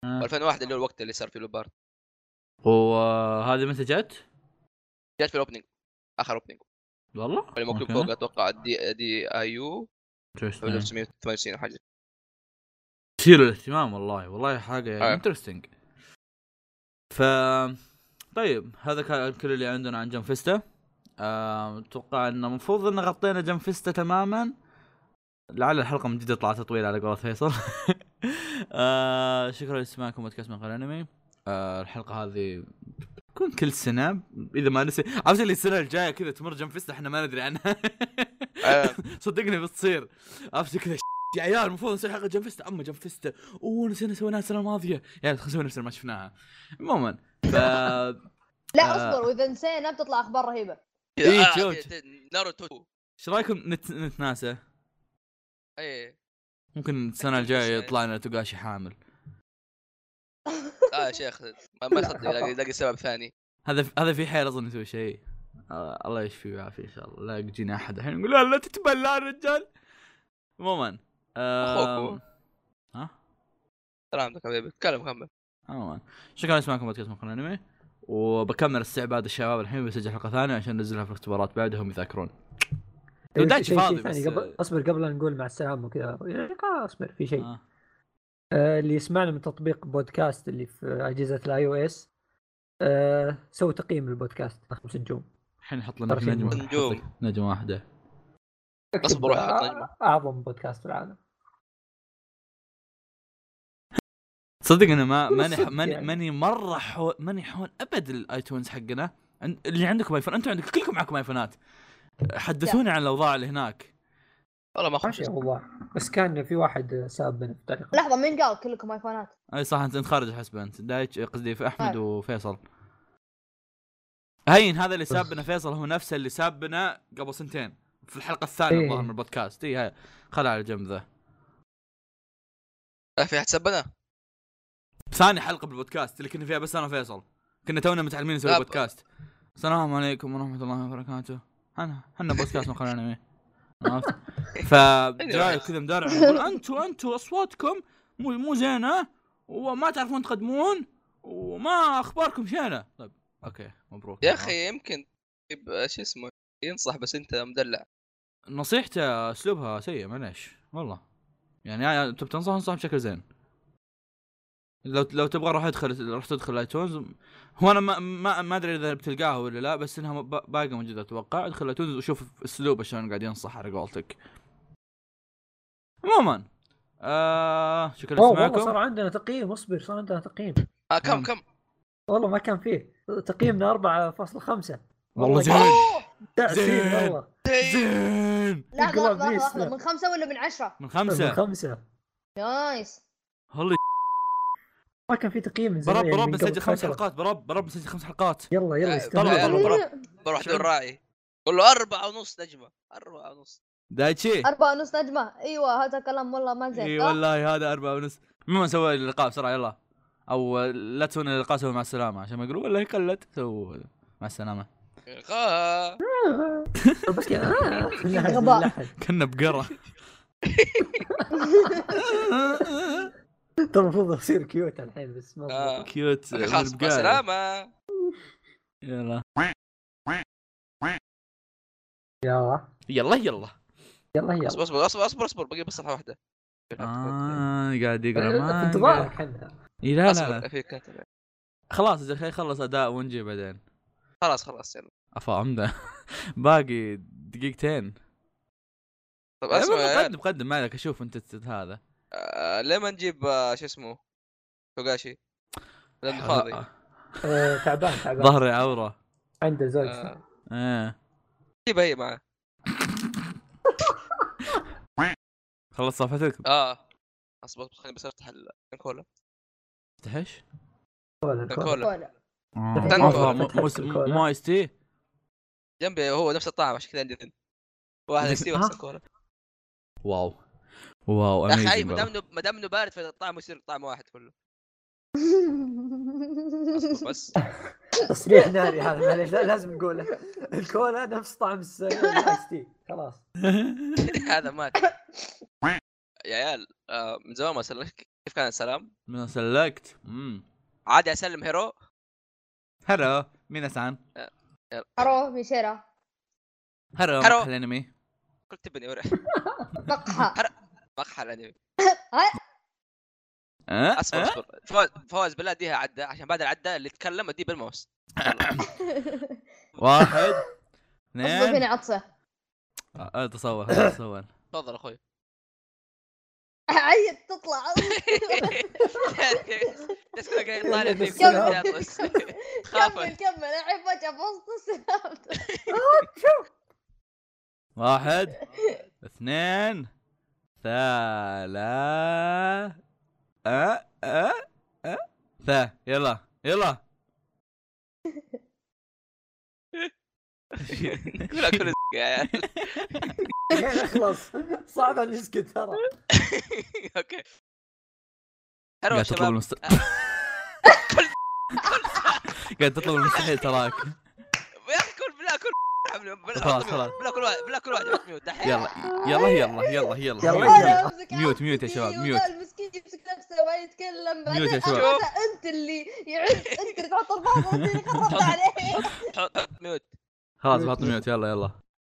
S2: آه.
S1: 2001 اللي هو الوقت اللي صار فيه البارت
S2: وهذه متى جت؟
S1: جات في الاوبننج اخر اوبننج
S2: والله؟
S1: اللي مكتوب
S2: أوكي. آه.
S1: فوق اتوقع دي دي اي يو
S2: Interesting.
S1: 1998 أو حاجه
S2: تثير الاهتمام والله والله حاجه يعني
S1: أيوة.
S2: انترستنج ف طيب هذا كان كل اللي عندنا عن جنفستا آه، اتوقع انه المفروض ان غطينا جنفستا تماما لعل الحلقه من جد طلعت طويله على قولة فيصل آه، شكرا لاستماعكم بودكاست من قناه انمي آه الحلقه هذه تكون كل سنه اذا ما نسي عرفت اللي السنه الجايه كذا تمر جنب فيستا احنا ما ندري عنها
S1: آه،
S2: صدقني بتصير عرفت كذا يا عيال المفروض نسوي حلقه جنب فيستا اما جنب فيستا اوه نسينا سويناها السنه الماضيه يعني خلينا نسوي نفس اللي ما شفناها عموما ف
S3: لا
S2: آه.
S3: اصبر واذا نسينا بتطلع اخبار رهيبه
S2: إيه،
S1: آه،
S2: جوج.
S1: ت- ت- ناروتو
S2: ايش رايكم نت... نتناسى
S1: اي
S2: ممكن السنه الجايه يطلع لنا توغاشي حامل
S1: اه يا شيخ ما ما يصدق يلاقي يلاقي سبب ثاني
S2: هذا هذا في حيل اظن يسوي شيء آه الله يشفيه ويعافيه ان شاء الله لا يجينا احد الحين يقول لا لا تتبلى الرجال عموما آم،
S1: أخوك
S2: ها
S1: سلامتك حبيبي تكلم كمل
S2: عموما شكرا لسماعكم بودكاست مقر انمي وبكمل استعباد الشباب الحين بسجل حلقه ثانيه عشان ننزلها في الاختبارات بعدهم يذاكرون تودعتش
S4: إيه، شيء- شيء
S2: فاضي
S4: ثاني
S2: بس-
S4: قبل اصبر قبل أن نقول مع السلامه وكذا يعني خلاص اصبر في شيء
S2: آه.
S4: آه، اللي يسمعنا من تطبيق بودكاست اللي في اجهزه الاي او اس آه، سووا تقييم للبودكاست خمس نجوم
S2: الحين نحط لنا
S4: طرفين
S2: نجمه
S1: نجوم.
S2: نحط لك نجمه واحده
S1: اصبر روح حط نجمة.
S4: آه، اعظم بودكاست في العالم
S2: تصدق انا ما
S4: والله
S2: ماني
S4: صدق
S2: ماني
S4: يعني.
S2: ماني مره حول ماني حول ابد الايتونز حقنا عن- اللي عندكم ايفون انتم عندكم كلكم معكم ايفونات حدثوني عن الاوضاع اللي هناك
S1: والله ما اخش
S4: ماشي والله بس كان في واحد سابنا بطريقه
S3: لحظه مين قال كلكم ايفونات
S2: اي صح انت انت خارج الحسبه انت دايتش قصدي في احمد
S3: طيب.
S2: وفيصل هين هذا اللي سابنا فيصل هو نفسه اللي سابنا قبل سنتين في الحلقه الثانيه
S4: إيه.
S2: الظاهر من البودكاست اي هاي خلها على جنب ذا
S1: آه، في احد سبنا
S2: ثاني حلقه بالبودكاست اللي كنا فيها بس انا وفيصل كنا تونا متعلمين نسوي
S1: لا، ب-
S2: بودكاست السلام عليكم ورحمه الله وبركاته انا احنا بودكاست مقال انمي عرفت فجاي كذا مدرع يقول انتوا انتوا اصواتكم مو مو زينه وما تعرفون تقدمون وما اخباركم شينه طيب اوكي مبروك
S1: يا اخي يمكن يب- شو اسمه ينصح بس انت مدلع
S2: نصيحته اسلوبها سيء معليش والله يعني يعني تبي تنصح انصح بشكل زين لو لو تبغى راح ادخل راح تدخل ايتونز هو انا ما ما, ما ادري اذا بتلقاها ولا لا بس انها ب- باقيه موجوده اتوقع ادخل ايتونز وشوف اسلوبه شلون قاعد ينصح على قولتك عموما آه شكرا
S4: أوه، والله صار
S2: لسماعكم
S4: عندنا تقييم اصبر صار عندنا تقييم
S1: آه كم
S2: نعم.
S1: كم
S4: والله ما كان فيه تقييمنا 4.5
S2: والله زين
S3: أوه!
S4: تعسين
S2: زين.
S4: والله
S2: زين
S3: لحظه
S4: انقلاب
S3: لحظه
S4: بيس،
S3: لحظه
S4: لا.
S3: من خمسه ولا من عشره؟
S2: من
S4: من
S2: خمسه
S4: خمسة
S3: نايس
S2: هولي
S4: ما كان في تقييم من زمان
S2: برب
S4: يعني
S2: برب
S4: من قبل
S2: بنسجل خمس
S4: فترة.
S2: حلقات برب برب بنسجل خمس حلقات
S4: يلا يلا
S1: آه،
S4: استمر.
S2: طلع، طلع، طلع.
S1: بروح
S2: شلون؟
S1: دور راعي قول له أربعة ونص نجمة أربعة ونص
S2: دايتشي
S3: أربعة ونص نجمة أيوة هذا كلام والله ما زين
S2: اي
S3: آه،
S2: والله هذا أربعة ونص المهم سوى اللقاء بسرعة يلا أو لا تسوون اللقاء سووا مع السلامة عشان ما يقولوا والله قلت سووا مع السلامة
S1: غا
S4: بس كذا. آه. لا أحد-
S3: غباء.
S4: لا أحد.
S2: كنا بقرة
S4: ترى المفروض اصير كيوت الحين بس ما
S1: آه.
S4: ضبط.
S2: كيوت
S1: أوكي، خلاص مع
S2: بالبقاية.
S1: السلامة
S2: يلا يلا
S4: يلا
S2: يلا
S4: يلا يلا
S1: اصبر اصبر اصبر اصبر اصبر باقي بس صفحة واحدة
S2: آه قاعد يقرا
S4: آه، في
S2: ما
S4: انتظارك احنا
S2: إي لا لا
S1: اصبر
S2: لا
S1: في كاتب
S2: خلاص يا أخي خلص أداء ونجي بعدين
S1: خلاص خلاص يلا
S2: أفا عمدة باقي دقيقتين
S1: طب اسمع يا عيال،
S2: قدم قدم ما عليك أشوف أنت ت- هذا
S1: آه، ليه ما نجيب آه، شو اسمه توغاشي لانه فاضي
S4: آه، تعبان تعبان
S2: ظهري عورة
S4: عنده زوج
S1: آه،
S2: إيه
S1: جيبها هي معاه
S2: خلص صفحتك
S1: اه اصبر أصبر، خليني بس افتح الكولا
S2: تحش
S4: كولا، كولا.
S1: الكولا
S3: ولا.
S4: تنكو.
S2: آه، مو ايس تي
S1: جنبي هو نفس الطعم عشان كذا عندي اثنين واحد يستوي
S4: آه.
S1: واحد كولا
S2: واو واو
S1: يا اخي
S2: amazing
S1: أي، ما دام
S2: والله.
S1: إنه- ما دام انه بارد فالطعم يصير طعم واحد كله أصبر بس
S4: تصريح ناري هذا معليش، لا- لازم نقوله الكولا نفس طعم الس- الايس تي خلاص
S1: هذا مات يا عيال آه، من زمان ما سلمت كيف كان السلام؟
S2: من سلكت امم
S1: عادي اسلم هيرو
S2: هلو مين اسان
S3: أروح ميشيرا
S2: هلو
S1: هلو.
S2: مقهى الانمي
S1: قلت ابني ورا
S3: مقهى
S1: مقهى الانمي
S2: أه؟
S1: اصبر
S2: أه؟
S1: اصبر فواز فواز بالله اديها عده عشان بعد العده اللي يتكلم اديه بالماوس
S2: واحد نعم.
S3: أصبر
S2: اثنين
S3: هنا عطسة
S2: آه، آه، تصور تصور
S1: تفضل اخوي
S3: عيد تطلع
S1: بس كذا قاعد يطالع فيك
S4: كمل.
S1: يا أطلس.
S3: كمل
S1: خافت
S3: كمل الحين فجاه بوسط السالفة.
S2: واحد اثنين ثلاثة أه أه أه ثا يلا يلا
S1: كلها كل الزق يا عيال.
S4: يعني اخلص صعب ان نسكت ترى
S1: اوكي حلو يا
S2: قاعد تطلب
S1: شباب
S2: المستحيل قاعد تطلب المستحيل تراك
S1: يا اخي كل بالله كل حمله. بالله
S2: خلاص،
S1: حط
S2: خلاص.
S1: ميوت. بالله كل واحد بالله كل واحد يحط ميوت دحين
S2: يلا يلا يلا يلا يلا
S4: يلا.
S3: أنا أمسك
S2: ميوت- ميوت يا
S3: عصبي
S2: شباب،
S3: وذا
S2: ميوت.
S3: المسكين يمسك نفسه ما يتكلم بعدين
S2: ميوت يا شباب.
S3: أخذها انت اللي يعز انت اللي تحط الباب وأنت اللي خربت عليه
S1: حط حط ميوت
S2: خلاص بحط ميوت يلا يلا